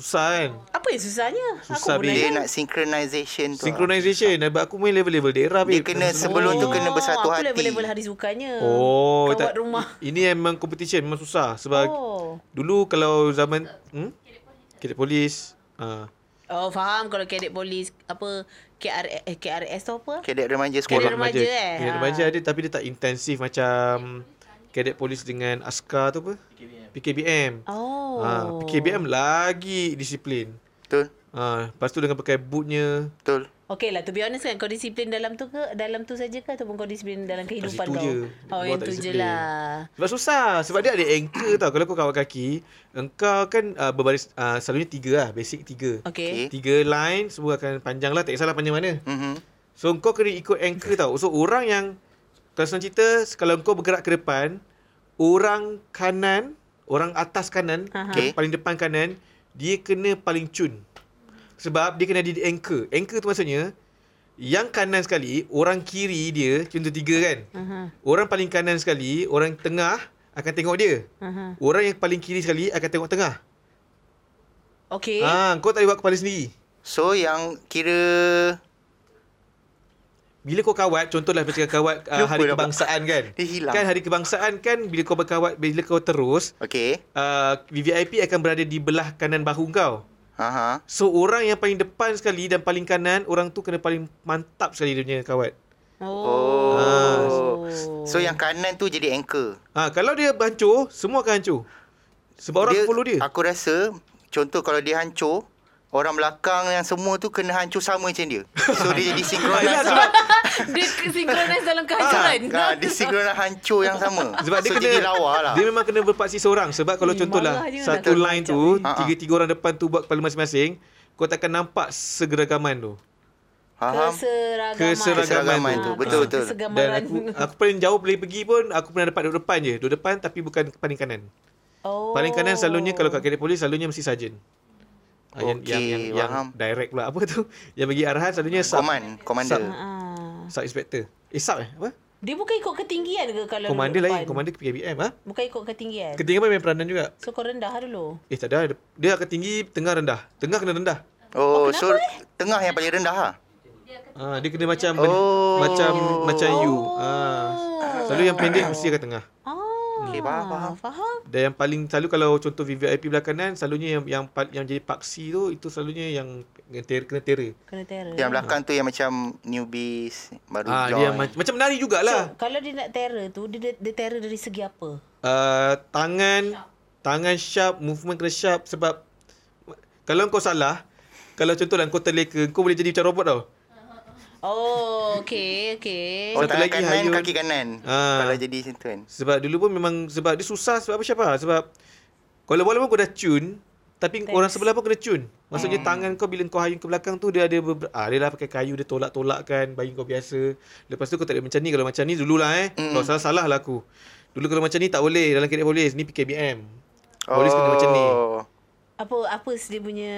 Susah kan? Apa yang susahnya? Susah, lah. aku pun babe. nak Dia nak synchronization tu. lah. Synchronization. Sebab aku main level-level daerah. babe. Dia kena join. sebelum tu kena bersatu Oh, aku hati. level-level hari sukanya. Oh, Kawat rumah. Ini memang competition memang susah sebab Oh. Dulu kalau zaman hmm? Kedek polis. Ha. Oh, faham kalau cadet polis apa KR, eh, KRS tu apa? Kedek remaja Kedek sekolah. remaja. eh? Kedek Ha. remaja ada tapi dia tak intensif macam kedek polis dengan askar tu apa? PKBM. Oh. Ha, PKBM lagi disiplin. Betul, Ha, lepas tu dengan pakai bootnya. betul. Okay lah, to be honest kan, kau disiplin dalam tu ke, dalam tu saja ke ataupun kau disiplin dalam kehidupan situ kau? je. Oh, Luar yang tak tu je disiplin. lah. Sebab susah Sebab dia ada anchor tau Kalau kau kawal kaki Engkau kan uh, berbaris uh, Selalunya tiga lah Basic tiga Okay. Okay. Tiga line Semua akan panjang lah Tak kisahlah panjang mana Mm-hmm. So kau kena ikut anchor tau So orang yang Kalau senang cerita Kalau kau bergerak ke depan Orang kanan Orang atas kanan Aha. Okay. Paling depan kanan Dia kena paling cun Sebab dia kena ada di anchor Anchor tu maksudnya Yang kanan sekali Orang kiri dia Contoh tiga kan Aha, Orang paling kanan sekali Orang tengah Akan tengok dia aha. Orang yang paling kiri sekali Akan tengok tengah Okay. Ah, Kau tak boleh buat kepala sendiri So yang kira Bila kau kawat Contohlah macam kawat uh, Lupa Hari dah buat. kebangsaan kan Dia hilang. Kan hari kebangsaan kan Bila kau berkawat Bila kau terus Okay. uh, VVIP akan berada di belah kanan bahu kau Aha. So orang yang paling depan sekali Dan paling kanan Orang tu kena paling mantap sekali Dia punya kawat Oh. Oh. So yang kanan tu jadi anchor. ha, Kalau dia hancur Semua akan hancur Sebab orang follow dia Aku rasa contoh kalau dia hancur Orang belakang yang semua tu kena hancur sama macam dia. So dia jadi Yelah, synchronize. sebab- Dia sinkronize dalam Ha, kehancuran. ha, dia synchronize hancur yang sama. Sebab dia so kena jadi lawa lah. Dia memang kena berpaksi seorang Sebab kalau Eh, contohlah marah je Satu nak line kacau tu ni. Ha, ha. Tiga-tiga orang depan tu Buat kepala masing-masing Kau takkan nampak Segeragaman tu Faham? Keseragaman. Keseragaman tu. Ah, Betul, betul. Kesegamaran. Dan aku Aku paling jauh boleh pergi pun Aku pernah dapat duduk depan je Duduk depan tapi bukan Paling kanan oh. Paling kanan selalunya Kalau kat kedai polis Selalunya mesti sarjan Ah, yang, Okey, yang, yang, yang faham. direct pula Apa tu Yang bagi arahan Selalunya sub, Command, Sub. commander. Ah. sub inspector Eh sub eh Apa Dia bukan ikut ketinggian ke kalau Komander duduk lain depan? Komander KBM ha? Bukan ikut ketinggian. Ketinggian pun main peranan juga so kau rendah lah dulu. Eh tak ada Dia akan tinggi Tengah rendah Tengah kena rendah Oh, so tengah yang paling rendah lah. Ah, dia kena macam Oh. macam macam you. Ah. Selalu yang pendek mesti kat tengah. Oh. Ah. Okey, faham, faham. Faham? Dan yang paling selalu kalau contoh VVIP belah kanan, selalunya yang yang pa- yang jadi paksi tu itu selalunya yang kena ter- kena tera. Kena terror. Yang belakang tu yang macam newbies baru Ah, join. dia yang mac- macam menari So, jugalah. kalau dia nak terror tu, dia, dia terror dari segi apa? Uh, tangan tangan sharp, movement kena sharp sebab kalau kau salah, kalau contohlah kau terleka, kau boleh jadi macam robot tau. Oh, okay, okay. Oh, Satu tangan lagi kanan, Hayun. kaki kanan. Ah. Kalau jadi macam tu kan. Sebab dulu pun memang sebab dia susah sebab apa siapa? Sebab kalau bola pun kau dah cun, tapi Thanks. orang sebelah pun kena cun. Maksudnya hmm. tangan kau bila kau hayun ke belakang tu dia ada beber- ah dia lah pakai kayu dia tolak-tolakkan bayi kau biasa. Lepas tu kau tak boleh macam ni kalau macam ni dululah eh. Hmm. Kalau salah salah lah aku. Dulu kalau macam ni tak boleh dalam kedai polis ni PKBM. Polis oh. kena macam ni. Apa apa dia punya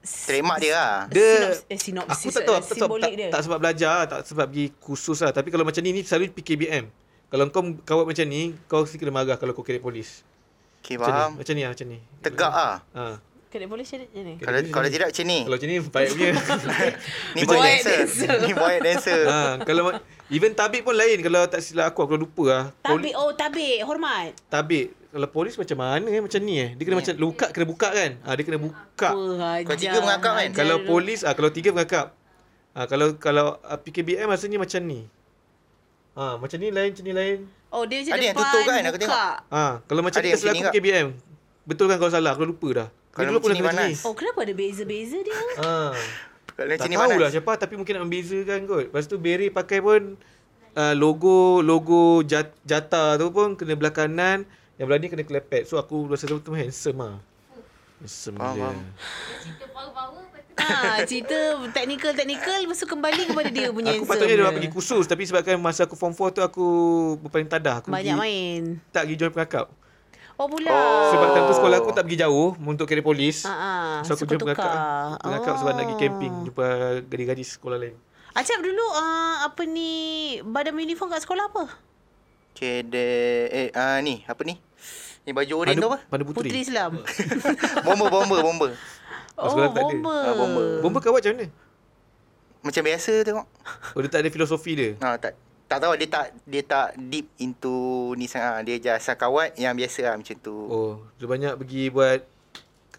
s- Trademark dia lah. Dia Sinops- eh, sinopsis Aku tak tahu apa sebab simbolik tak, dia. tak sebab belajar, tak sebab pergi kursus lah. Tapi kalau macam ni ni selalu PKBM. Kalau kau kawat macam ni, kau mesti kena marah kalau kau kedai polis. Okay, Macam ni, faham. macam ni lah, macam ni. Tegak ah. Ha. Kedai polis macam ni. Kalau kalau tidak macam ni. Kalau macam ni baik punya. Ni Macam boy ni. dancer. Ni boy dancer. ha, kalau ma- even tabik pun lain kalau tak silap aku aku dah lupa lah. Tabik, Poli- oh tabik, hormat. tabik kalau polis macam mana eh macam ni eh. Dia Ya. kena macam luka kena buka kan. Ha, dia kena buka. Wah, Kau tiga ajar, mengakak kan? ajar Kalau dulu. polis ah ha, kalau tiga mengakap. Ha, kalau kalau ah, PKBM maksudnya macam ni. Ha, macam ni lain macam ni lain. Oh, dia macam Ada yang depan, tutup kan? Aku tengok. buka. Ha, kalau macam Ada ni yang tak silap sini aku tak? PKBM. Betul kan kalau salah aku dah lupa dah. Dia Kalau dulu pun macam ni dah macam ni. panas. Oh, kenapa ada beza-beza dia? Ha. Kalau Tak macam ni tahu panas. lah siapa tapi mungkin nak membezakan kot. Lepas tu Berry pakai pun uh, logo logo jat, jata tu pun kena belah kanan, yang belah ni kena kelepek. So aku rasa tu tu handsome ah. Handsome Faham, dia. faham. ha, cerita teknikal-teknikal lepas tu kembali kepada dia punya Aku handsome patutnya dah dia. pergi kursus tapi sebabkan masa aku form 4 tu aku berpaling tadah. Aku Banyak pergi, main. tak pergi join pengakap. Oh, pula. Oh. Sebab time tu sekolah aku tak pergi jauh untuk kedai polis. Ha, ha. So aku Suka join pengakap. tukar. Pengakap sebab nak pergi Oh. camping jumpa gadis-gadis sekolah lain. Acap dulu uh, apa ni badan uniform kat sekolah apa? Okay, de, eh, ah, ni. Apa ni? Ni baju oren tu Pandu, apa? Pandu Puteri, Putri. Islam. Bomber, bomber, bomber. Oh, oh, sekolah tak ada. bomba. Ah, bomba. Bomba kawat macam mana? Macam biasa tengok. Oh, dia tak ada filosofi dia. Ha, tak tak tahu dia tak dia tak deep into ni sangat. Ah, Dia je asal kawat yang biasa lah macam tu. Oh, dia banyak pergi buat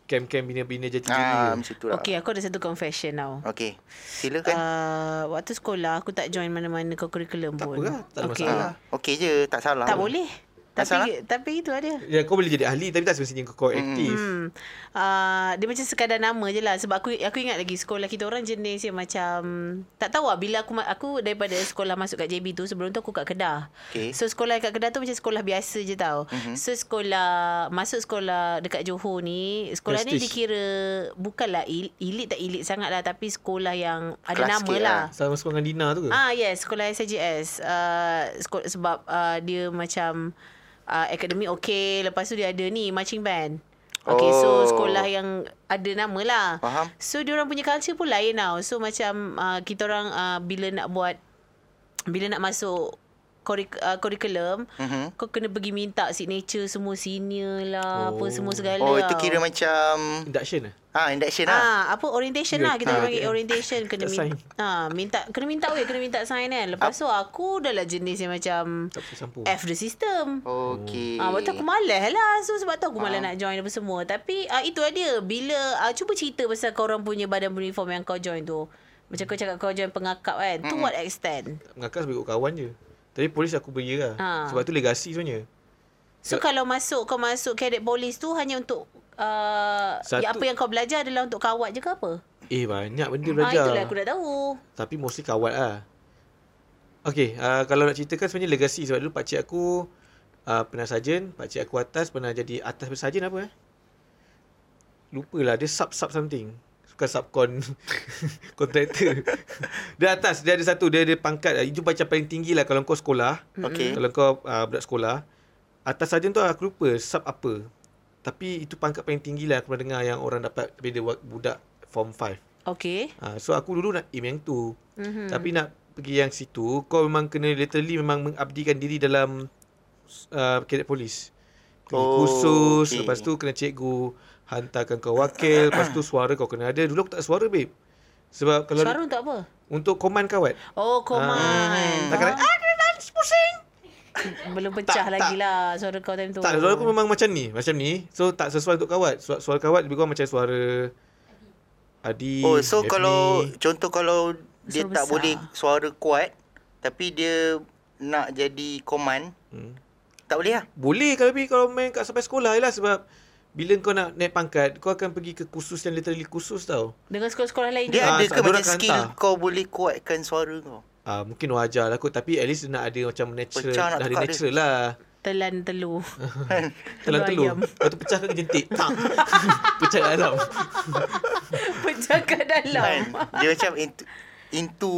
camp-camp bina-bina jati diri. Ah, ah, macam tu lah. Okay, aku ada satu confession now. Okey. Kan? Silakan. Uh, waktu sekolah aku tak join mana-mana co-curriculum tak pun. apa lah, tak ada Okey. masalah. Ah, Okey je, tak salah. Tak boleh. Masalah? Tapi tapi itulah dia. Ya kau boleh jadi ahli tapi tak semestinya kau, kau aktif. Hmm. Hmm. Uh, dia macam sekadar nama je lah sebab aku aku ingat lagi sekolah kita orang jenis yang macam tak tahu lah bila aku ma- aku daripada sekolah masuk kat JB tu sebelum tu aku kat Kedah. Okay. Mhm. So sekolah kat Kedah tu macam sekolah biasa je tau. Mm-hmm. So sekolah masuk sekolah dekat Johor ni sekolah Prestige. ni Prestige. dikira bukanlah el- elit tak elit sangat lah tapi sekolah yang ada Kelas nama sikit lah. lah. Sama sekolah dengan Dina tu ke? Ah yes, sekolah SJS. Uh, sekolah, sebab uh, dia macam uh, akademik okey, lepas tu dia ada ni marching band. Okay, oh. so Oh. sekolah yang ada nama lah. Faham. So dia orang punya culture pun lain tau. So macam uh, kita orang uh, bila nak buat bila nak masuk kurik, uh, curriculum, Mhm. kau kena pergi minta signature semua senior lah, oh. apa semua segala. Oh, itu tau. kira macam Induction lah. ha induction lah. Ah, apa orientation Good. lah kita Ah, panggil okay. orientation kena Tak minta, sign. ah, minta kena minta weh kena minta sign kan. Lepas tu aku dah lah jenis yang macam Tak boleh sampul. F the system. Okey. Ah. Ah, waktu aku malas lah So sebab tu aku malas nak join apa semua Tapi ah, itulah dia Bila ah, Cuba cerita pasal korang punya badan uniform yang kau join tu Macam kau cakap kau join pengakap kan To what extent Mengakak sebab ikut kawan je. Tapi polis aku beri lah. Ah. Sebab tu legasi sebenarnya. Ya. So kalau masuk kau masuk cadet polis tu Hanya untuk uh, Satu- ya, Apa yang kau belajar adalah untuk kawat je ke apa? Eh banyak benda Ah, belajar. itulah aku dah tahu Tapi mostly kawat lah. Okay, uh, kalau nak ceritakan sebenarnya legasi. Sebab dulu pakcik aku uh, pernah sarjan. Pakcik aku atas pernah jadi atas bersarjan apa eh? Lupalah, dia sub-sub something. Bukan subcon. Kontraktor. dia atas, dia ada satu. Dia ada pangkat. uh, Itu macam paling tinggi lah kalau kau sekolah. Okey. Hmm. Kalau kau uh, budak sekolah. Atas sarjan tu aku lupa sub apa. Tapi itu pangkat paling tinggi lah aku pernah dengar yang orang dapat bila wa- budak form 5. Okay Ha, so aku dulu nak aim yang tu. Mhm. Hmm. Tapi nak pergi yang situ, kau memang kena literally memang mengabdikan diri dalam uh, cadet polis. Kena Oh, oh, kursus, okay. okey. lepas tu kena cikgu hantarkan kau wakil, lepas tu suara kau kena ada. Dulu aku tak ada suara, babe. Sebab kalau Suara untuk apa? untuk command kawat. Oh, koman. Ah, tak kena, Faham? ah, kena nangis, pusing. Ah, Belum pecah tak, lagi tak. lah suara kau time tu. Tak, suara aku memang macam ni. Macam ni. So, tak sesuai untuk kawat. Suara, suara kawat lebih kurang macam suara Adi. Oh, so Daphne. kalau contoh kalau dia Suara tak besar. boleh suara kuat tapi dia nak jadi koman, Hmm. tak boleh lah. Boleh kalau pergi kalau main kat sampai sekolah je lah sebab bila kau nak naik pangkat, kau akan pergi ke kursus yang literally kursus tau. Dengan sekolah-sekolah lain Dia juga. Ah, ada sebab ke dia macam orang akan skill hantar. kau boleh kuatkan suara kau? Ah mungkin wajar lah kot tapi at least dia nak ada macam natural Pecah nak dah ada tukar dia. natural lah. Telan telur. Kan? Telan telur. ayam. Lepas tu pecah kan ke jentik. Tak. pecah kat dalam. pecah kat Kan? dalam. Dia macam into, into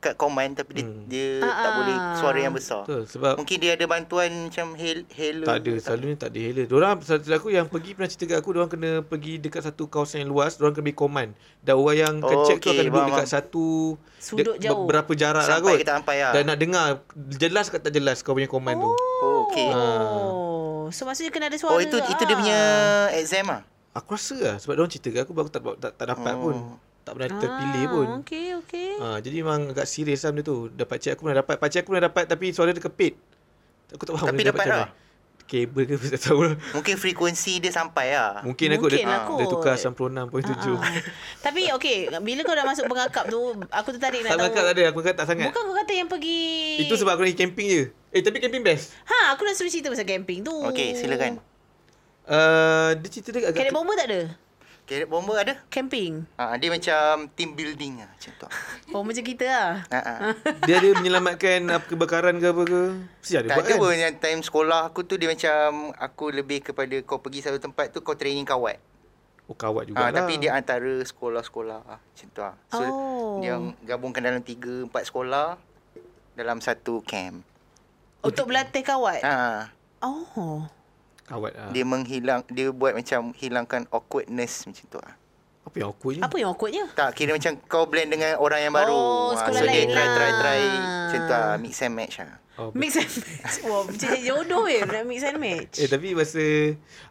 kat koman tapi dia, Hmm. dia Ah, tak boleh ah. suara yang besar. Betul sebab Mungkin dia ada bantuan macam hel helo. tak ada selalunya tak ada hela. Diorang selalu aku yang pergi pernah cerita kat aku diorang kena pergi dekat satu kawasan yang luas, diorang kena bagi command. Dan orang yang Oh, kecil tu okey, akan duduk faham, dekat faham. satu Sudut dek- jauh. Berapa jarak lah Sampai kot. kita sampai lah. Dan nak dengar jelas ke tak jelas kau punya command tu. Ah. Oh, okay. Oh. So maksudnya kena ada suara. Oh itu itu dia ah. punya exam ah. Aku rasa lah Sebab diorang cerita kat aku Aku tak, tak, tak dapat Oh. pun Tak pernah terpilih pun Ah, Okey, okey. Eh. ha, Jadi memang agak serius lah benda tu Dapat cik aku pernah dapat Pakcik aku pernah dapat Tapi suara dia kepit Aku tak faham Tapi dia dapat macam lah. Ah, mana. Kabel ke tak tahu lah Mungkin frekuensi dia sampai lah. Mungkin aku Mungkin dia, lah dia kot. tukar 96.7 Ah. Tapi okey, bila kau dah masuk pengakap tu, aku tertarik Tak nak mengangkat tak tahu. ada Aku mengangkat tak sangat Bukan kau kata yang pergi Itu sebab aku nak pergi camping je Eh tapi camping best Ha, aku nak suruh cerita pasal camping tu. Okey, silakan. Oh. uh, Dia cerita dia agak Kedai bomba tak ada? Carrot bomber ada? Camping. Ha, dia macam team building lah macam tu. Oh macam kita lah. Ha, ha. Dia ada menyelamatkan apa, Kebakaran ke apa ke Mesti ada Tak buat ada kan pun yang time sekolah aku tu dia macam aku lebih kepada kau pergi satu tempat tu kau training kawat. Oh kawat juga lah Ha, tapi dia antara sekolah-sekolah ah, macam tu lah. So Oh. dia gabungkan dalam 3 4 sekolah dalam satu camp. Untuk berlatih kawat. Ah. Ha, Oh. Kawat lah dia menghilang dia buat macam hilangkan awkwardness macam tu ah. Apa yang awkwardnya Apa yang awkwardnya? Tak kira macam kau blend dengan orang yang baru. Oh, Ah, sekolah so dia lain try lah. try try macam tu lah. ah, mix and match ah. oh, Mix and match. Wah, macam jodoh eh nak mix and match. Eh tapi masa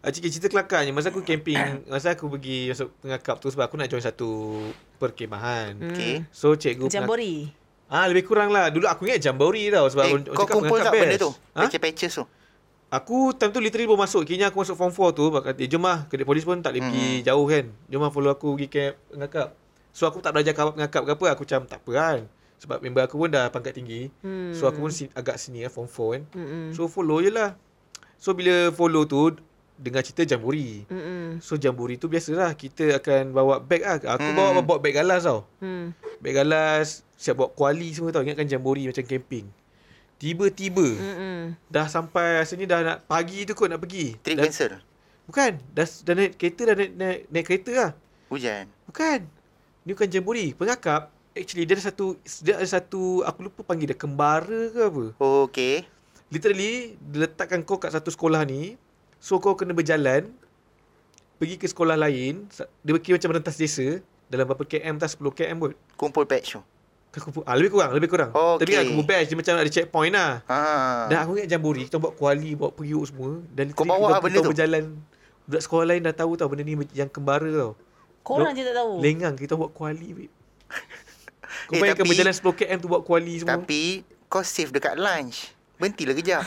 ah, Cik cerita kelakarnya Masa aku camping Masa aku pergi Masuk pengakap tu Sebab aku nak join satu Perkemahan Okey. So cikgu pengak- Jambori. Ah lebih kurang lah Dulu aku ingat jambori tau Sebab Eh, orang- orang kau cakap kumpul pengakap tak benda best. tu? Eh, ha? Patches-patches tu. Aku time tu literally baru masuk Kini aku masuk form 4 tu Mak kata eh, jom lah Kedek polis pun tak boleh pergi jauh kan Jom lah follow aku pergi camp pengakap So aku tak belajar kawat pengakap ke apa Aku macam tak apa kan Sebab member aku pun dah pangkat tinggi So aku pun si- agak senior form 4 kan Mm-mm. So follow je lah So bila follow tu dengar cerita jambori. Mm. Mm-mm. So jambori tu biasalah kita akan bawa beg ah. Aku hmm. bawa bawa beg galas tau. Hmm. Beg galas, siap bawa kuali semua tau. Ingatkan jambori macam camping. Tiba-tiba Mm. hmm. Mm-mm. dah sampai rasanya dah nak pagi tu kot nak pergi. Trip Dah- cancel. Bukan, dah, dah naik kereta dah naik, naik, naik kereta lah. Hujan. Bukan. Ni bukan jambori. Pengakap, actually dia ada satu, dia ada satu, aku lupa panggil dia kembara ke apa. Oh, okay. Literally, dia letakkan kau kat satu sekolah ni. So kau kena berjalan, pergi ke sekolah lain. Sa- Dia kira macam rentas desa. Dalam berapa km tak 10 km kot. Kumpul patch tu. Aku, ah, lebih kurang, lebih kurang. Okey. Tapi kan aku bash, dia macam ada checkpoint lah. Ha. Dah aku ingat jambori Kita buat kuali Bawa periuk semua Dan Kau literally bawa budak- lah benda budak tu? berjalan Budak sekolah lain dah tahu tau Benda ni yang kembara tau Korang Dok, je tak tahu. Lengang kita buat kuali babe. Kau Eh, bayangkan tapi- berjalan 10km tu buat kuali semua Tapi kau save dekat lunch. Berhentilah kejap.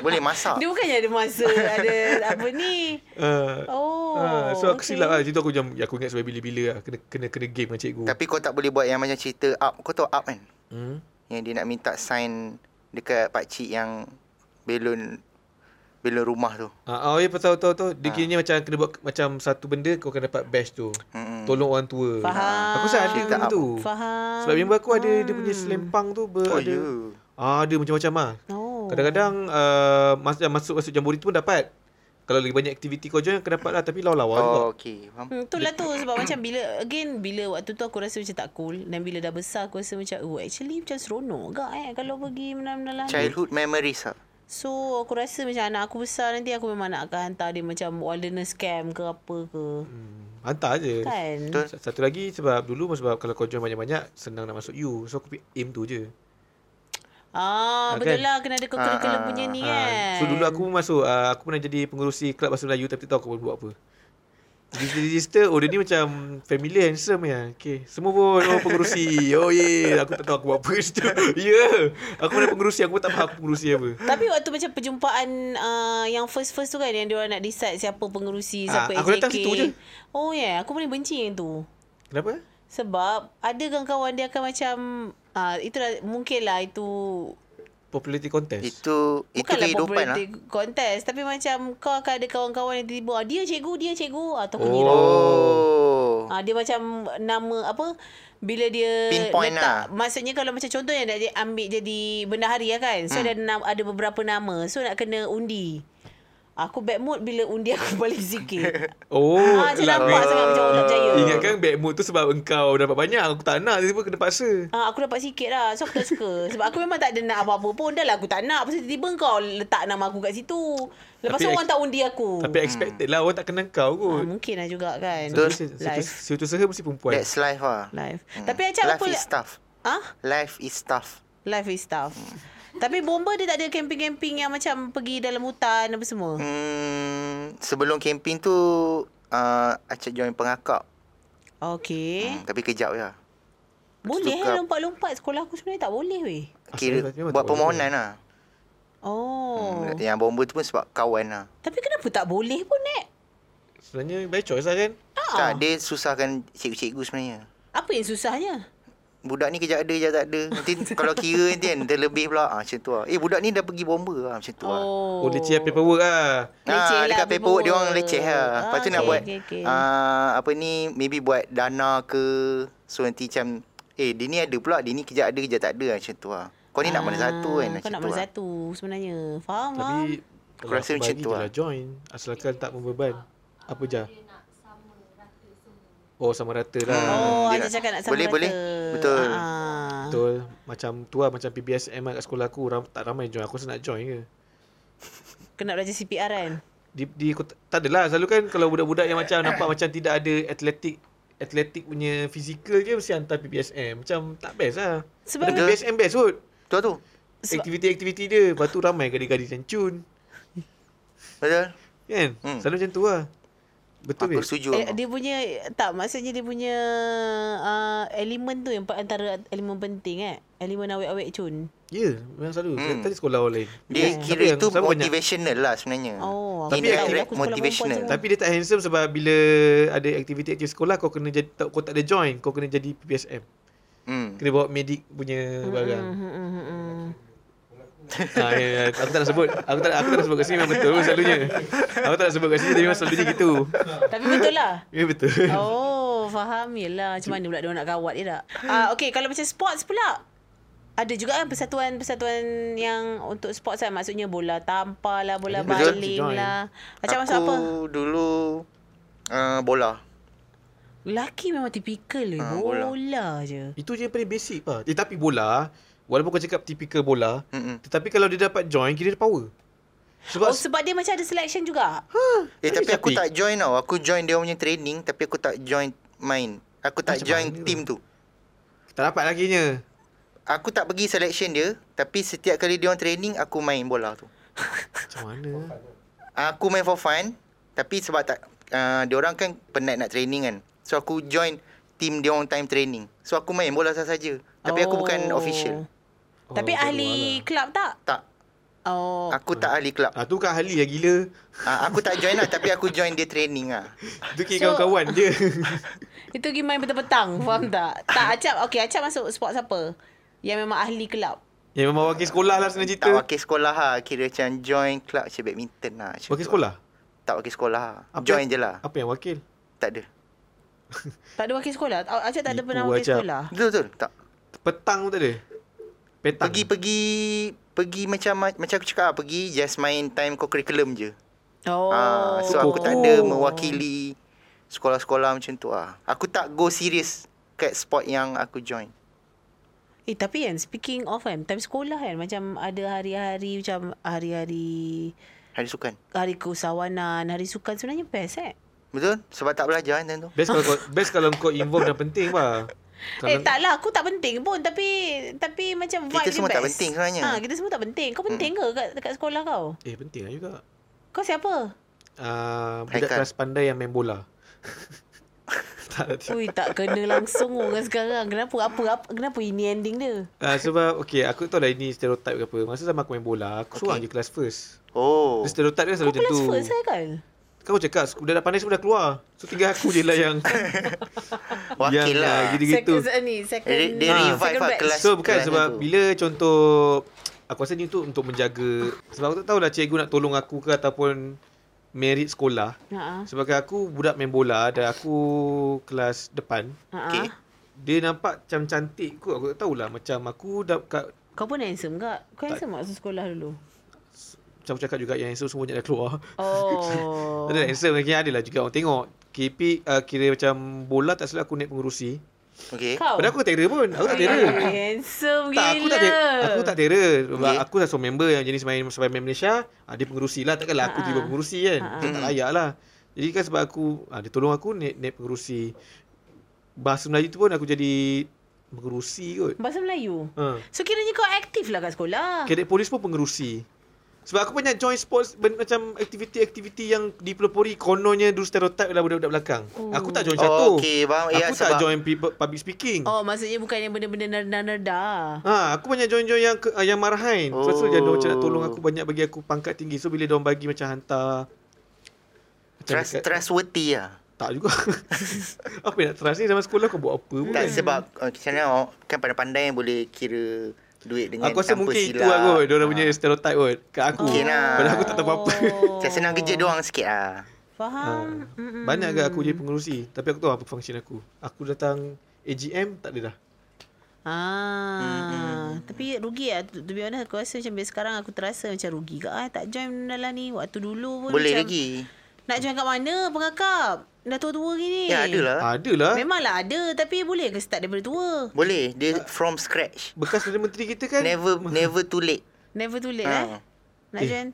Boleh masak. Dia bukannya ada masa ada apa ni. uh, Oh. uh, So aku okay. silap lah Cerita aku macam ya, Aku ingat sebaik bila-bila lah Kena, kena, kena game dengan cikgu Tapi kau tak boleh buat yang macam cerita up. Kau tahu up kan? hmm? Yang dia nak minta sign dekat pakcik yang belon belon rumah tu. uh, Oh ya tahu tahu tahu Ah. Dia kiranya macam Kena buat macam satu benda Kau akan dapat bash tu Mm-mm. Tolong orang tua Faham. Aku rasa ada Cerita benda up. tu Faham. Sebab member aku ada Dia punya selempang tu ber, Oh, ada, ya. ah, Ada macam-macam lah Oh. Kadang-kadang uh, masuk masuk masuk jambori tu pun dapat. Kalau lagi banyak aktiviti kau join kau dapat lah tapi lawa-lawa juga. Oh, okay. Faham. Hmm, itulah tu sebab macam bila again bila waktu tu aku rasa macam tak cool dan bila dah besar aku rasa macam oh actually macam seronok gak eh kalau pergi menang-menang Childhood memories lah. So aku rasa macam anak aku besar nanti aku memang nak akan hantar dia macam wilderness camp ke apa ke. Hmm, hantar je. Kan? Betul. Sa- Satu lagi sebab dulu sebab kalau kau join banyak-banyak senang nak masuk you. So aku pi- aim tu je. Ah, Ah, betul kan? lah kena ada curriculum Ah, punya ni Ha, kan. so dulu aku pun masuk uh, aku pernah jadi pengurusi kelab bahasa Melayu tapi tak tahu aku buat apa. Register, register Oh dia ni macam Family handsome ya Okay Semua pun Oh pengurusi Oh yeah Aku tak tahu aku buat apa situ Ya yeah. Aku pernah pengurusi Aku pun tak faham pengurusi apa Tapi waktu macam perjumpaan uh, yang first-first tu kan yang diorang nak decide siapa pengerusi, Ah, siapa aku datang situ je. Oh ya, yeah. aku paling benci yang tu. Kenapa? Sebab ada kawan-kawan dia akan macam uh, itulah mungkinlah itu Popularity contest Itu itu bukanlah kehidupan lah. popularity contest tapi macam kau akan ada kawan-kawan yang tiba-tiba ah, dia cikgu, dia cikgu atau aku Oh. gila. Oh. Ah dia macam nama apa bila dia Pinpoint lah. maksudnya kalau macam contohnya nak dia ambil jadi bendahari lah kan. So hmm. ada na- ada beberapa nama. So nak kena undi. Aku bad mood bila undi aku paling sikit. Oh, ah, macam lah, nampak weh. sangat macam orang berjaya. Ingatkan bad mood tu sebab engkau dapat banyak. Aku tak nak, tiba-tiba kena paksa. Ah, aku dapat sikit lah So aku tak suka Sebab aku memang tak ada nak apa-apa pun Dah lah aku tak nak Pasal tiba-tiba kau letak nama aku kat situ Lepas Tapi tu orang ex- tak undi aku Tapi expected lah, orang tak kenal kau ah, kot. Mungkin lah juga kan Betul. Live Situ seher mesti perempuan. That's life lah. Live Tapi macam life apa is tough. Ah? Life is tough. Life is tough. Tapi bomber dia tak ada camping-camping yang macam pergi dalam hutan apa semua. Hmm, sebelum camping tu uh, Acik join pengakap. Okay. Eh? Hmm, tapi kejap je. Boleh eh Suka- lompat-lompat. Sekolah aku sebenarnya tak boleh weh. Kira Asal memang Ah, tak buat boleh. permohonan lah. Oh. Hmm. Yang bomba tu pun sebab kawan lah. Tapi kenapa tak boleh pun Nek? Sebenarnya by choice lah kan. Ah. Tak, dia susahkan cikgu-cikgu sebenarnya. Apa yang susahnya? Budak ni kejap ada, kejap tak ada. Nanti kalau kira nanti kan, terlebih pula. Ah, macam tu lah. Eh, budak ni dah pergi bomba lah. Macam tu lah. Oh. Oh, dia cakap paperwork lah. Leceh Ah, lah dekat paperwork dia orang paperwork. leceh lah. Lepas tu Ah, nak okey, buat okey, okey. ah, apa ni maybe buat dana ke. So nanti macam eh dia ni ada pula, dia ni kerja ada kerja tak ada lah, macam tu lah. Kau ni nak mana Ah, satu Kau kan macam nak tu mana lah. satu sebenarnya. Faham, faham. Tapi, Aku rasa macam tu lah. lah. join. Asalkan tak membeban. Apa je? Oh, sama rata lah. Oh, Aziz Hmm, dia nak- cakap nak sama boleh, rata. boleh. Betul. Ah. Betul. Macam tu lah. Macam PBSM lah kat sekolah aku. Ram, tak ramai join. Aku rasa nak join ke. Kena belajar CPR kan? Di, di, kota- tak adalah. Selalu kan kalau budak-budak yang macam nampak macam tidak ada atletik atletik punya fizikal je mesti hantar PBSM. Macam tak best lah. Sebab- Sebab PBSM best kot. Tu lah tu. Aktiviti-aktiviti dia. Lepas tu ramai gadis-gadis yang cun. Betul? Kan? Hmm. Selalu macam tu lah. Betul Aku weh? setuju. Eh, Eh, dia punya tak maksudnya dia punya uh, elemen tu yang pa- antara elemen penting eh. Elemen awet-awet cun. Ya, memang selalu. Hmm. Tadi sekolah orang lain. dia Tapi kira Eh, yang tu sama banyak. motivational lah sebenarnya. Oh, aku tak tahu. Tapi aktiviti- Aku sekolah perempuan motivational. semua. Tapi dia tak handsome sebab bila ada aktiviti-aktiviti sekolah kau kena jadi tak, kau tak ada join, kau kena jadi PPSM. Hmm. Kena bawa medik punya barang. Hmm, hmm, hmm, hmm. Aku ha, ya, ya. Aku tak nak sebut Aku tak, aku tak nak sebut kat sini Memang betul selalunya Aku tak nak sebut kat sini Tapi memang selalunya gitu Tapi betul lah. Ya betul Oh, faham yelah. Macam mana pula dia nak kawat dia tak? Ah, okay, kalau macam sports pula. Ada juga kan persatuan-persatuan yang untuk sports kan. Maksudnya bola tampar lah, bola Betul. baling lah. Macam aku masuk apa? dulu uh, bola. Lelaki memang tipikal ha, Ah, bola. bola. bola je. Itu je yang paling basic lah eh, Tapi bola Walaupun kau cakap tipikal bola Mm-mm. Tetapi kalau dia dapat join Kira dia power Oh, Sebab sebab dia macam ada selection juga. Eh Tapi tapi aku cantik. tak join tau. Aku join dia punya training tapi aku tak join main. Aku tak Macam join mana team tu. tak dapat lagi nya Aku tak pergi selection dia tapi setiap kali dia orang training aku main bola tu. Macam mana Aku main for fun tapi sebab tak uh, dia orang kan penat nak training kan. So aku join team dia orang time training. So aku main bola saja. Tapi aku bukan Oh. official. Oh, Tapi bola ahli lah. kelab tak? Tak. Oh. Aku tak ahli kelab. Ah, tu kan ahli lah gila Ah, aku tak join lah tapi aku join dia training lah. Itu kira So- kawan-kawan je Itu pergi main petang-petang, faham tak? Tak, Acap. Okay, Acap masuk sport siapa? Yang memang ahli kelab. Yang memang wakil sekolah lah senang Tak cerita wakil sekolah lah. Kira macam join club macam badminton lah. Macam Wakil tu. sekolah Tak wakil sekolah lah. Apa- Join je lah. Apa yang wakil Tak ada. Tak ada wakil sekolah? Acap tak ada Tipu, pernah wakil Acap. sekolah? Betul betul. Tak. Petang pun tak ada Petang Pergi pergi pergi macam macam aku cakap lah, pergi just main time co-curriculum je. Oh. Ah, so aku tak Oh. ada mewakili sekolah-sekolah macam tu ah. Aku tak go serious kat sport yang aku join. Eh tapi kan speaking of kan time sekolah kan macam ada hari-hari macam hari-hari Hari sukan. hari keusahawanan, hari sukan sebenarnya best eh. Betul? Sebab tak belajar kan time tu. Best kalau kau, best kalau kau involve dan penting lah Kalau eh taklah aku tak penting pun tapi tapi macam vibe dia Kita semua best. tak penting sebenarnya. Ha, kita semua tak penting. Kau penting ke kat, dekat sekolah kau? Eh penting lah juga Kau siapa? uh, Budak Haikal. kelas pandai yang main bola Tak tak. Ui tak kena langsung orang sekarang. Kenapa apa, apa kenapa ini ending dia? Ah, sebab okay, aku tahu lah ini stereotype ke apa. Masa sama aku main bola, aku okay. seorang je kelas first. Oh. Oh. Stereotype kan Kau selalu macam kelas tu. first kan? Kal? Kau cakap sek- dah pandai semua dah keluar. So tinggal aku je lah yang Wakil ah, lah. gitu-gitu. Second, eh, ni, second, Dia- dia second revive lah batch. kelas- So bukan kelas sebab tu. bila contoh aku rasa ni tu untuk menjaga sebab aku tak tahulah cikgu nak tolong aku ke ataupun merit sekolah. Ha. Sebagai aku budak main bola dan aku kelas depan, Ha. Okay. dia nampak macam cantik kot. Aku tak tahulah macam aku dah kat, Kau pun handsome tak? Kau handsome tak masa sekolah dulu? macam aku cakap juga yang handsome semuanya dah keluar. Oh. Oh. Ada handsome lagi ada lah juga orang tengok. KP uh, kira macam bola tak salah aku naik pengurusi. Okay. Kau? Padahal aku tak tera pun. Oh. Aku tak tera. Eh, Handsome gila. Tak, aku tak tera. Aku tak tera. Sebab Okay. aku salah satu member yang jenis main sampai main Malaysia, ah, dia pengurusi lah. Takkanlah aku Ha-ha. tiba pengurusi kan. Ah, Tak tak layak lah. Jadi kan sebab aku, ah, dia tolong aku naik, naik pengurusi. Bahasa Melayu tu pun aku jadi pengurusi kot. Bahasa Melayu. Ha. So kiranya kau aktif lah kat sekolah. Kadet polis pun pengerusi. Sebab aku banyak join sports ben, macam aktiviti-aktiviti yang dipelopori kononnya dulu stereotip adalah budak-budak belakang. Oh. Aku tak join Oh, satu. okay, faham. Ya, aku tak sebab- join pu- public speaking. Oh, maksudnya bukan yang benda-benda nerda-nerda. Ha, aku banyak join-join yang ke, yang marhain. Oh. Lepas tu Oh. dia ada macam nak tolong aku banyak bagi aku pangkat tinggi. So bila dia bagi macam hantar macam Trust, dekat- trustworthy lah. tak juga. apa yang nak trust ni zaman sekolah kau buat apa pun. Tak sebab uh, macam mana orang- kan pandai-pandai yang boleh kira duit dengan Aku rasa tanpa mungkin silap. itu lah kot. Dia Ah. punya stereotip kot. Kat aku. Mungkin lah. Padahal aku tak tahu apa-apa. Macam Oh. senang kerja dia orang sikit Oh, lah. Faham. Ah. Mm-mm. Banyak ke aku jadi pengurusi Tapi aku tahu apa function aku Aku datang AGM tak ada dah Ah, tapi rugi lah. To to be honest, aku rasa macam bila sekarang aku terasa macam rugi ke ah. Tak join benda lah ni. Waktu dulu pun Boleh macam, lagi. Nak join kat mana pengakap? Dah tua-tua gini. Ya ada lah. ha? Adalah Memanglah ada. Tapi boleh ke start daripada tua? Boleh. Dia from scratch. Bekas Perdana Menteri kita kan Never never too late. Never too late eh. Ha. Nak Eh, join?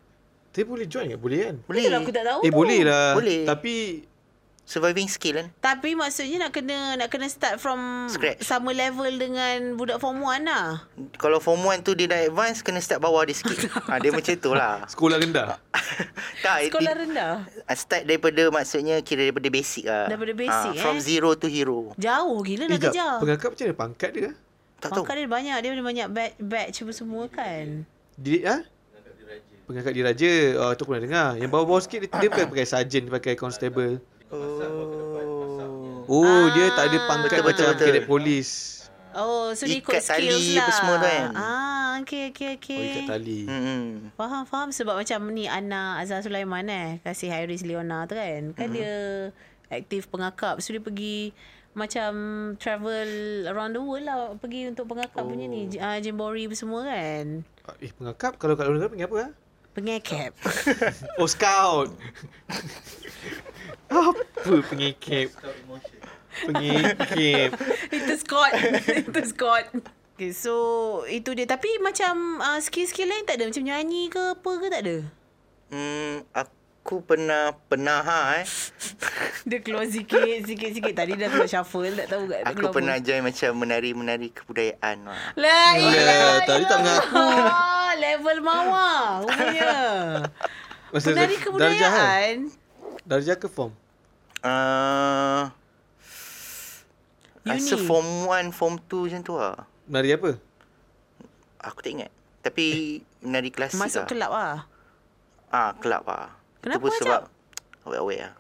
Tapi boleh join ke? Boleh kan? Boleh. Itulah aku tak tahu eh tu. boleh lah Boleh. Tapi Surviving skill kan. Tapi maksudnya nak kena nak kena start from Scratch. sama level dengan budak form 1 lah. Kalau form 1 tu dia dah advance kena start bawah dia sikit. ha, dia macam tu lah. sekolah rendah tak, Sekolah Sekolah... rendah. start daripada maksudnya kira daripada basic lah. Daripada basic, Ah, From eh. zero to hero. Jauh gila Eh nak jap kejar. Pengangkat macam mana pangkat dia ah? Tak tahu. Pangkat dia banyak. Dia ada banyak batch, batch apa semua kan. Dia ha? Pengangkat diraja Oh tu aku pernah dengar Yang bawah-bawah sikit Dia, dia bukan pakai sarjan Dia pakai constable Oh. Oh ah, dia tak ada pangkat Betul, betul, macam betul. Kadet polis Oh, so dia ikut Ikat tali skills lah. apa semua tu kan. Ah, okay, okay, okay. Oh, ikat tali. Hmm. Hmm. Faham, faham. Sebab macam ni Ana Azhar Sulaiman eh. Kasih Hairis Leona tu kan. Kan Hmm. mm-hmm. dia aktif pengakap. So, dia pergi macam travel around the world lah. Pergi untuk pengakap oh. punya ni. Uh, Jimbori semua kan. Eh, pengakap kalau kat luar negara panggil apa ah? Pengakap. Oh, scout. apa pengikip? Pengikip. Itu Scott. Itu Scott. Okay, so itu dia. Tapi macam uh, skill-skill lain tak ada? Macam nyanyi ke apa ke tak ada? Hmm, aku pernah pernah ha eh. Dia keluar sikit, sikit-sikit. Tadi dah keluar shuffle. Tak tahu kat dia Aku keluar pernah join macam menari-menari kebudayaan. lah. Wah. apa. La Ya, ilah. Oh, tadi tak mengaku. Level mawar rupanya. Masa Penari darjah, eh? kebudayaan. Darjah ke form? Uh, rasa Uni. form 1, form 2 macam tu lah. Menari apa? Aku tak ingat. Tapi menari klasik Eh, Masuk lah. kelab lah. Ah, kelab lah. Kenapa Itu pun ajak? sebab awet-awet lah.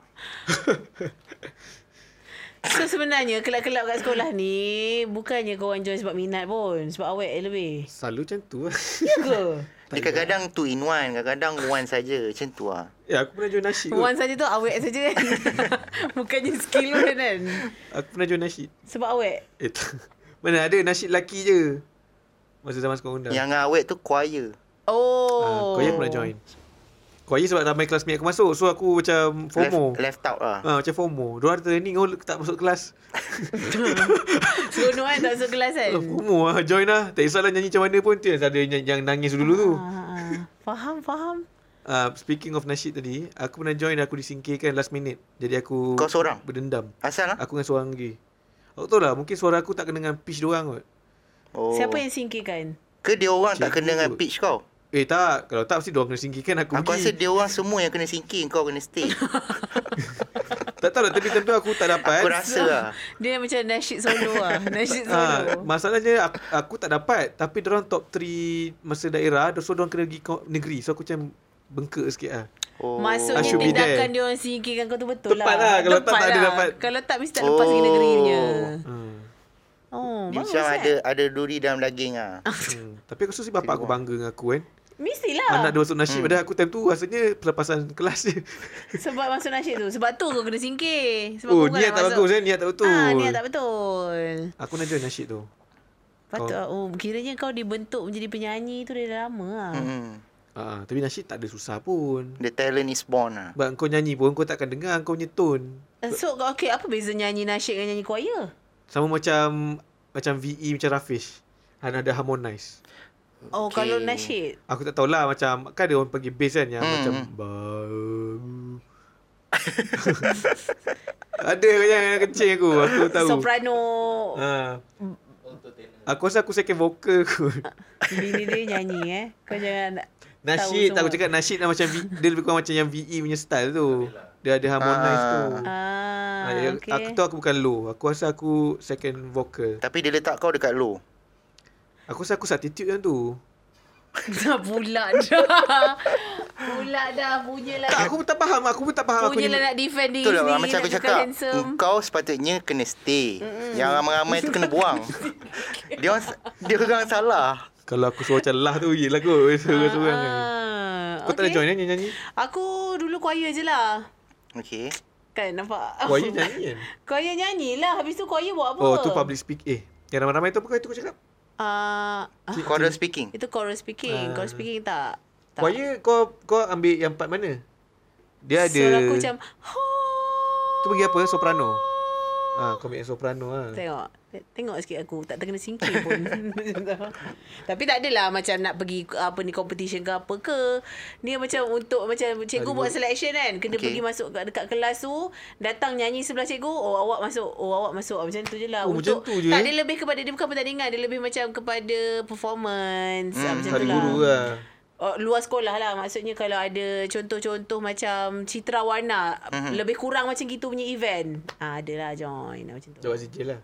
So sebenarnya kelab-kelab kat sekolah ni bukannya korang join sebab minat pun. Sebab awet lebih. Selalu macam tu lah. Ya ke? Dia kadang-kadang two in one, kadang-kadang one saja. Macam tu lah. eh, aku pernah join nasyid kot. One saja tu awet saja kan. bukannya skill pun kan. Aku pernah join nasyid. Sebab awet. Eh, tak. Mana ada nasyid laki je. Masa zaman sekolah rendah. Yang awet tu choir. Oh. Oh. Koya pernah join. Koya sebab ramai classmate aku masuk. So aku macam FOMO. Left, left out lah. Ha, macam FOMO. Dua hari training kau tak masuk kelas. Seronok kan tak masuk kelas kan. Eh, FOMO lah. Join lah. Tak kisahlah nyanyi macam mana pun. Tu yang ada yang, yang nangis dulu tu. Ah, ah, ah. Faham, faham. Uh, speaking of nasyid tadi, aku pernah join aku disingkirkan last minute. Jadi aku Kau seorang? berdendam. Asal lah. Aku dengan seorang lagi. Aku tahu lah, mungkin suara aku tak kena dengan pitch diorang kot. Oh. Siapa yang singkirkan? Ke dia orang tak Cikgu kena dengan kot. pitch kau? Eh tak, kalau tak mesti diorang kena singkirkan aku Aku rasa pergi. dia orang semua yang kena sinking Kau kena stay Tak tahu lah, tapi tentu aku tak dapat. Aku rasa lah Dia macam nasyid solo lah. Nasyid Ha, solo. masalahnya aku, aku tak dapat Tapi diorang top 3 Masa daerah So diorang kena pergi ko- negeri So aku macam Bengkak sikit lah oh. I Maksudnya should be tindakan there. dia orang singkirkan kau tu betul Tepat lah, kalau tak, Tepat tak ada lah. dapat. Kalau tak mesti tak lepas pergi Oh. negeri punya. hmm. Oh, Dia bagus macam kan? ada ada duri dalam daging ah. hmm. Tapi aku rasa si bapak aku bangga dengan aku kan Mestilah. Anak dia masuk nasyid Padahal aku time tu Rasanya pelepasan kelas je Sebab masuk nasyid tu. Sebab tu kau kena singkir. Sebab Oh kau bukan nak niat tak masuk. bagus kan Niat tak betul Ah, niat tak betul. Aku nak join nasyid tu Patut, oh. kiranya kau dibentuk menjadi penyanyi tu dah lama lah. Hmm. Ah, Tapi nasyid tak ada susah pun The talent is born ah. Sebab kau nyanyi pun Kau takkan dengar Kau punya tone Eh, So, okay, apa beza nyanyi nasyid dengan nyanyi choir? Sama macam Macam VE macam Rafish Han ada harmonize Oh, Okay. kalau nasyid. Aku tak tahulah Macam Kan ada orang pergi bass kan Yang Hmm, hmm. macam hmm. Bau Ada yang, yang kencing aku Aku tahu Soprano. ha. Aku rasa aku second vocal aku Bini dia nyanyi eh. Kau jangan... Nasyid tak Tahu aku semua. cakap Nasyid lah macam V- Dia lebih kurang macam yang VE punya style tu Dia ada harmonize Ah. tu Ah, Ah, ya, okay. Aku tahu aku bukan low Aku rasa aku second vocal Tapi dia letak kau dekat low. Aku rasa aku substitute yang tu Dah pula dah. Pula dah punya lah. Tak aku pun tak faham Aku pun tak faham aku Punya ni- lah nak defend diri Betul lah sendiri. macam aku nak cakap. handsome. Kau sepatutnya kena stay. Yang ramai-ramai tu kena buang. dia orang dia orang salah. Kalau aku suruh macam lah tu Yelah kot Sorang-sorang kan Ah, Kau tak ada okay. join kan nyanyi Aku dulu choir je lah. Okey. Kan nampak? Choir nyanyi kan Choir nyanyi lah. Habis tu choir buat apa? Oh tu public speak Eh yang ramai-ramai tu apa kau itu kau cakap Ah, ah, Choral speaking. itu choral speaking. Choral speaking tak? tak. Ah. Choir kau kau ambil yang part mana Dia ada So aku macam... Tu pergi apa soprano Ah, kau ambil yang soprano lah Tengok. Tengok sikit aku. Tak terkena singkir pun. Macam tu. Tapi tak adalah macam nak pergi apa ni competition ke apa ke. Dia macam untuk macam cikgu buat selection kan. Kena Okey. pergi masuk kat- dekat kelas tu. Datang nyanyi sebelah cikgu. Oh awak masuk. Oh awak masuk. Ah, Macam tu je lah. Oh, macam tu je, Tak eh? dia lebih kepada. Dia bukan pertandingan. Dia lebih macam kepada performance. Hmm, macam Hari tu lah. guru lah Oh, luar sekolah lah maksudnya kalau ada contoh-contoh macam citra warna mm-hmm. Hmm. lebih kurang macam gitu punya event ah adalah join ah, macam tu Jawab sijil lah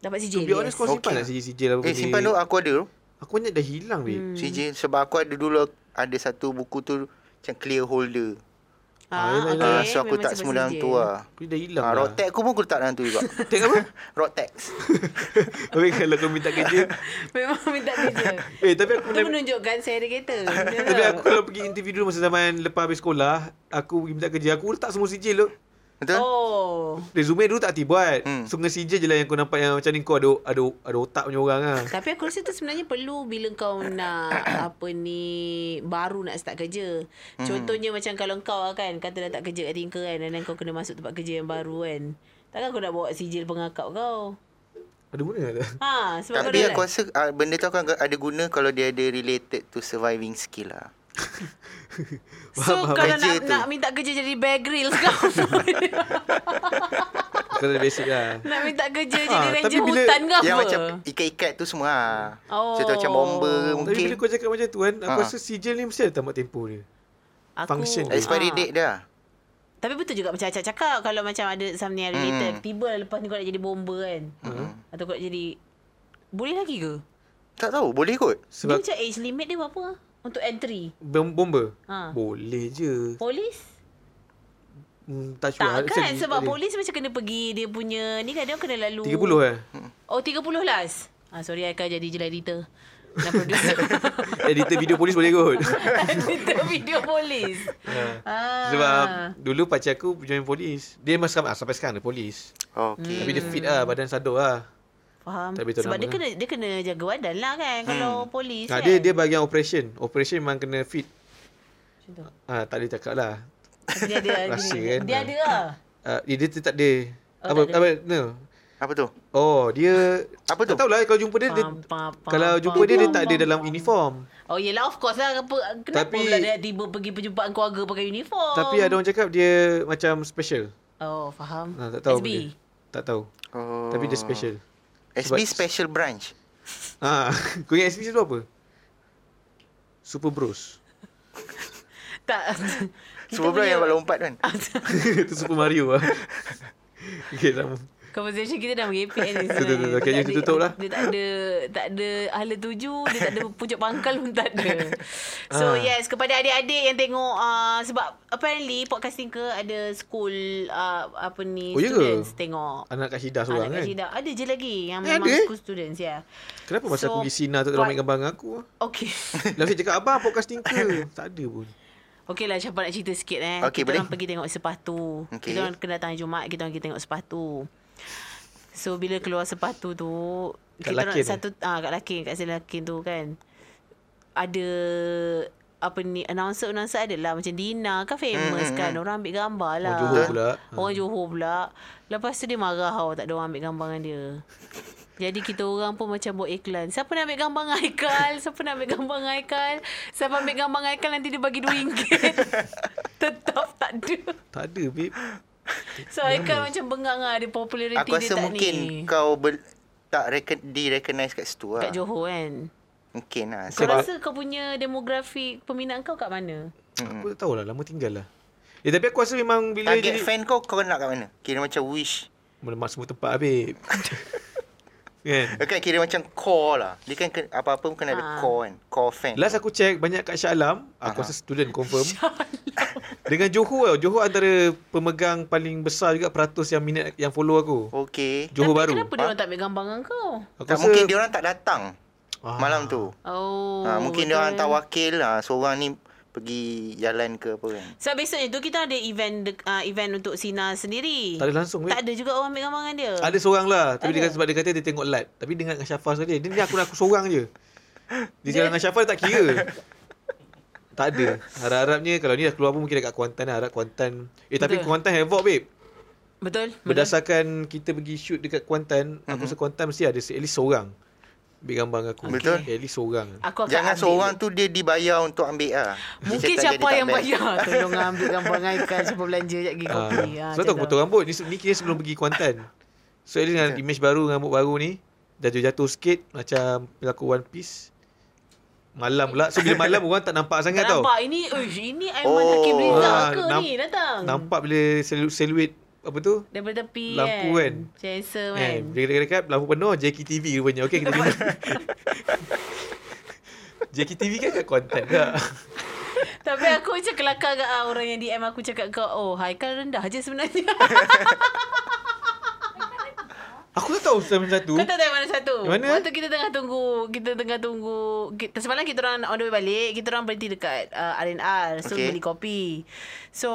dapat To sijil be honest kau yes. simpan Okay. lah sijil-sijil apa Eh benda. simpan tu aku ada tu. Aku banyak dah Hmm. hilang weh CJ sebab aku ada dulu ada satu buku tu macam clear holder. Ah, yelah, yelah. okay. Ah, so aku memang tak sibuk semua dalam sendiri. ya. tu lah. Aku dah hilang Ah, lah. Rotex aku pun aku letak dalam tu juga. Tengok apa? Rotex. Tapi kalau kau minta kerja Memang minta kerja. Eh tapi aku Itu menunjukkan saya ada kereta. Betul Tapi tak? aku kalau pergi interview dulu Masa zaman lepas habis sekolah Aku pergi minta kerja Aku letak semua sijil loh Betul? Oh. Resume dulu tak tibuat hmm. Hmm. So dengan sijil je lah Yang kau nampak yang macam ni Kau ada, ada, ada otak punya orang lah Tapi aku rasa tu sebenarnya perlu bila kau nak apa ni baru nak start kerja. Hmm. Contohnya macam kalau kau lah kan kata dah tak kerja kat Tinker kan dan then kau kena masuk tempat kerja yang baru kan. Takkan kau nak bawa sijil pengakap kau. Ada guna tak? Ha sebab kau Tapi dah aku rasa ah, benda tu akan ada guna kalau dia ada related to surviving skill lah. So kalau kerja nak, tu. nak minta kerja jadi bear grill kau Kau dah basic lah Nak minta kerja Ah, jadi tapi ranger bila- hutan ke apa Yang Ya, macam ikat-ikat tu semua lah. Oh. Contoh macam bomber Tapi mungkin. bila kau cakap macam tu kan Aku Ha. rasa sijil ni Mesti ada tamat tempoh dia function dia. Expiry Ah. date dia. Tapi betul juga macam Acak cakap Kalau macam ada something yang related hmm. Tiba lepas ni kau nak jadi bomber kan hmm. Atau kau nak jadi Boleh lagi ke? Tak tahu, boleh kot. Sebab Sebab dia macam age limit dia berapa? Untuk entry bom- bomber Ha. Boleh je Polis? hmm, Tak sure Tak kan Saya- Sebab tak polis macam kena pergi Dia punya Ni kan dia kena lalu boleh. 30 eh Oh 30 last ah, Sorry Aika jadi je lah editor Dan producer Editor video polis boleh kot Ha. Editor video polis ah. Sebab dulu pakcik aku join polis. Dia masih ah, sampai sekarang dia polis. Hmm. Okay. Tapi dia fit lah, badan sado lah. Faham Tak beritahu Sebab nama dia lah. kena Dia kena jaga badan lah kan Kalau polis Ha, kan dia dia bahagian operation. Operation memang kena fit. Macam tu. Ah, tak boleh cakap lah. Tapi Dia ada Rahsia dia, kan? dia ada lah Ah, dia, dia tak ada. Oh, apa, tak ada. apa, no. Apa tu? Oh, dia... Apa tu? Tak tahulah kalau jumpa dia, dia Pam, pam, pam, kalau pam, jumpa dia, dia pam, tak ada pam, dalam pam. uniform. Oh yelah of course lah Kenapa, kenapa Tapi- pula dia tiba pergi perjumpaan keluarga pakai uniform Tapi ada orang cakap dia macam special. Oh faham Ah, tak tahu. SB apa dia. Tak tahu. Oh. Tapi dia special. SB Oh. Special Branch. Ah, kau ingat SB tu apa? Super Bros. Tak kita Semua pula punya yang lompat kan. Itu Super Mario lah. okay, sama. Conversation kita dah mengepek ni Betul, betul, betul. Okay, Dia tak you ada- tutup lah. Dia tak ada Tak ada Hala tuju Dia tak ada pucuk pangkal pun tak ada So Ah. yes Kepada adik-adik yang tengok uh, Sebab apparently Podcasting ke ada school uh, Apa ni Oh, ya ke? Students tengok Anak Kak Hidah seorang Anak kan? kat Shida Ada je lagi Yang Eh, memang ada, eh? school students ya. Yeah. Kenapa masa So, aku pergi Sina tu orang ambil but- gambar dengan aku? Okay Lalu saya cakap, abang podcasting ke? tak ada pun. Okey lah Syafah nak cerita sikit eh. Okey, kita boleh. orang pergi tengok sepatu. Okey. Kita orang kena datang hari Jumaat, kita orang pergi tengok sepatu. So bila keluar sepatu tu, kita Kat Lakin, orang eh? satu ah kat Lakin, kat sini Lakin tu kan. Ada apa ni announcer-announcer ada lah macam Dina kan Mm, famous kan orang ambil gambar lah Orang Johor pula. Hmm. orang Johor pula lepas tu dia marah tau tak ada orang ambil gambar dengan dia jadi kita orang pun macam buat iklan. Siapa nak ambil gambar dengan Haikal? Siapa nak ambil gambar dengan Haikal? Siapa ambil gambar dengan Haikal nanti dia bagi RM2. Tetap tak ada. Tak ada, babe. So Haikal macam bengang lah. Dia populariti dia Aku rasa tak mungkin ni. kau ber, tak recon, di-recognize kat situ lah. Kat Johor kan. Mungkin lah. Kau Sebab rasa kau punya demografi peminat kau kat mana? Aku tak tahulah, lama tinggal lah. Eh, tapi aku rasa memang bila target jadi... fan kau, kau nak kat mana? Kira macam wish. Melemak semua tempat, babe. kan? Kan kira macam core lah. Dia kan ke- apa-apa pun kena ada Ah. core kan. Core fan. Last aku check, banyak kat Shah Alam. Aku rasa student confirm. Dengan Johor tau. Johor antara pemegang paling besar juga peratus yang minat, yang follow aku. Okay. Johor Tapi baru. kenapa dia orang tak ambil gambar dengan kau? Aku Tak, mungkin dia orang tak datang Ah. malam tu. Oh. ha, mungkin dia betul. orang hantar wakil ha, seorang ni pergi jalan ke apa kan. So besoknya tu kita ada event dek- ah, event untuk Sina sendiri. Tak ada langsung, babe. Tak ada juga orang ambil gambar dengan dia. Ada seorang lah Tapi dia kata, sebab dia kata dia tengok light Tapi dengan Syafah sekali Dia ni aku aku seorang je Dia jalan dengan Syafah dia tak kira Tak ada Harap-harapnya Kalau ni dah keluar pun Mungkin dekat Kuantan lah Harap Kuantan Eh tapi Betul. Kuantan havoc babe Betul? Berdasarkan kita pergi shoot dekat Kuantan Aku rasa Kuantan mesti ada se- at least seorang Ambil gambar dengan aku Betul. At least seorang Aku akan Jangan update. seorang tu dia dibayar untuk ambil lah. Dia Mungkin cakap siapa dia tak yang best. bayar Tolong lah ambil gambar dengan Ikan Siapa belanja sekejap pergi Ah, kopi ha, Sebab tu aku potong rambut Ni, se- ni kira sebelum pergi Kuantan So at least dengan image baru Dengan rambut baru ni Jatuh-jatuh sikit Macam pelakon One Piece Malam pula So bila malam orang tak nampak sangat tau Nampak ini uish, Ini Aiman Oh. Hakim Rizal Ah, ke namp- ni datang Nampak bila silu- siluet Apa tu Daripada tepi Lampu kan. Macam handsome kan Eh, dia dekat lampu penuh JKTV rupanya. Okey kita dengar. JKTV kan kat Kuantan tak? Tapi aku macam kelakar kat ah, orang yang DM aku cakap kau, oh Haikal rendah je sebenarnya. Aku tak tahu sama satu. Kau tahu tak yang mana satu? Yang mana? Waktu kita tengah tunggu, kita tengah tunggu, kita, semalam kita orang on the way balik, kita orang berhenti dekat uh, R&R. So, Okay. okay. beli kopi. So,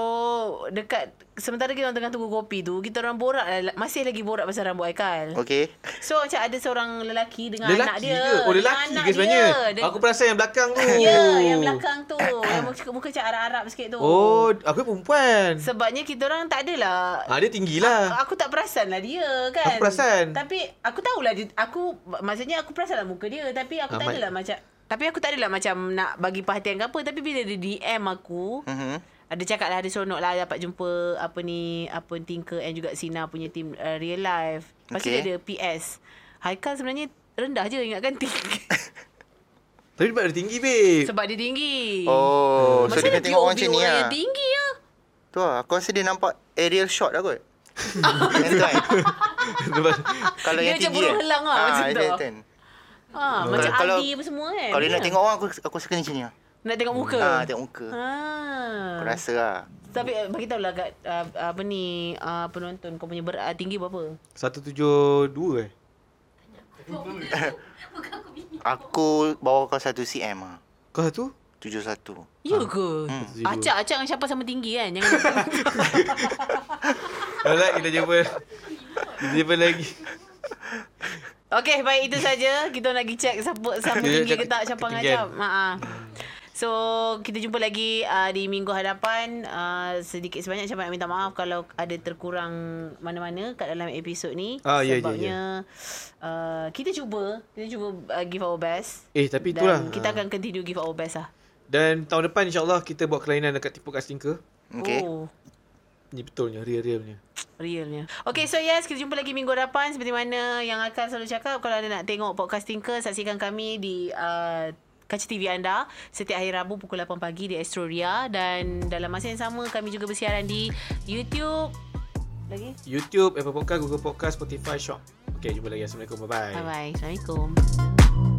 dekat, sementara kita orang tengah tunggu kopi tu, kita orang borak, lah- masih lagi borak pasal rambut Haikal. Okay. So, macam ada seorang lelaki dengan anak Lelaki dia. ke? Oh, lelaki Dengan ke sebenarnya? Dia, Aku perasan yang belakang tu. Ya, yeah, yang belakang tu. yang muka, muka macam Arab-Arab sikit tu. Oh, aku perempuan. Sebabnya kita orang tak adalah Ah, dia tinggi lah. Aku tak perasan lah dia kan Aku perasan. Tapi aku tahulah dia Aku Maksudnya aku perasan lah muka dia Tapi Ah, aku tak Ahmad. adalah macam Tapi aku tak adalah macam Nak bagi perhatian ke apa Tapi bila dia DM aku Mhm. Ada cakap lah Ada seronok lah Dapat jumpa Apa ni Apa Tinker And juga Sina punya team uh, Real life Lepas okay. Okay. tu dia ada PS Haikal sebenarnya Rendah je ingatkan Tinker Tapi dia ada tinggi, babe. Sebab dia tinggi Oh, so Masa dia kena tengok orang macam ni orang lah. yang tinggi lah Tu lah, aku rasa dia nampak aerial shot lah kot. Yang tu kan? Sebab- Kalau Dia yang macam tinggi burung kan? helang lah macam Ah, tu. dia kan. ha, Macam Hmm. Kalau- Aldi apa semua kan Kalau dia nak Ya. tengok orang, aku aku suka macam ni lah. Nak tengok muka Ah, tengok muka. Ah. Aku rasa lah. Tapi uh, bagi tahu lah kat uh, apa ni uh, penonton kau punya ber, uh, tinggi berapa? 172 eh. Aku bawa kau 1 cm lah. Kau satu? 71. Ya Ah. ke? Hmm. Acak-acak dengan siapa sama tinggi kan? Jangan Alright, kita jumpa. Kita jumpa lagi. Okay, baik itu saja. Kita nak pergi check siapa siapa Ya, tinggi cakap- ke tak, siapa ketinggian. ngajap. Ha ah. So, kita jumpa lagi uh, di minggu hadapan. Uh, sedikit sebanyak Syabak nak minta maaf kalau ada terkurang mana-mana kat dalam episod ni. Ah, ya, ya, ya. Sebabnya uh, kita cuba, kita cuba uh, give our best. Eh, tapi Dan itulah. kita akan continue give our best lah. Dan tahun depan insyaAllah kita buat kelainan dekat Tipu Kat Stinker. Okay. Oh. Ni betulnya, real-realnya. Realnya. Okay, so yes, kita jumpa lagi minggu depan. Seperti mana yang akan selalu cakap, kalau anda nak tengok podcast Tinker, saksikan kami di uh, kaca TV anda setiap hari Rabu pukul 8 pagi di Astro Ria dan dalam masa yang sama kami juga bersiaran di YouTube lagi. YouTube, Apple Podcast, Google Podcast, Spotify, Shop. Okay, jumpa lagi. Assalamualaikum. Bye-bye. Bye bye. Assalamualaikum.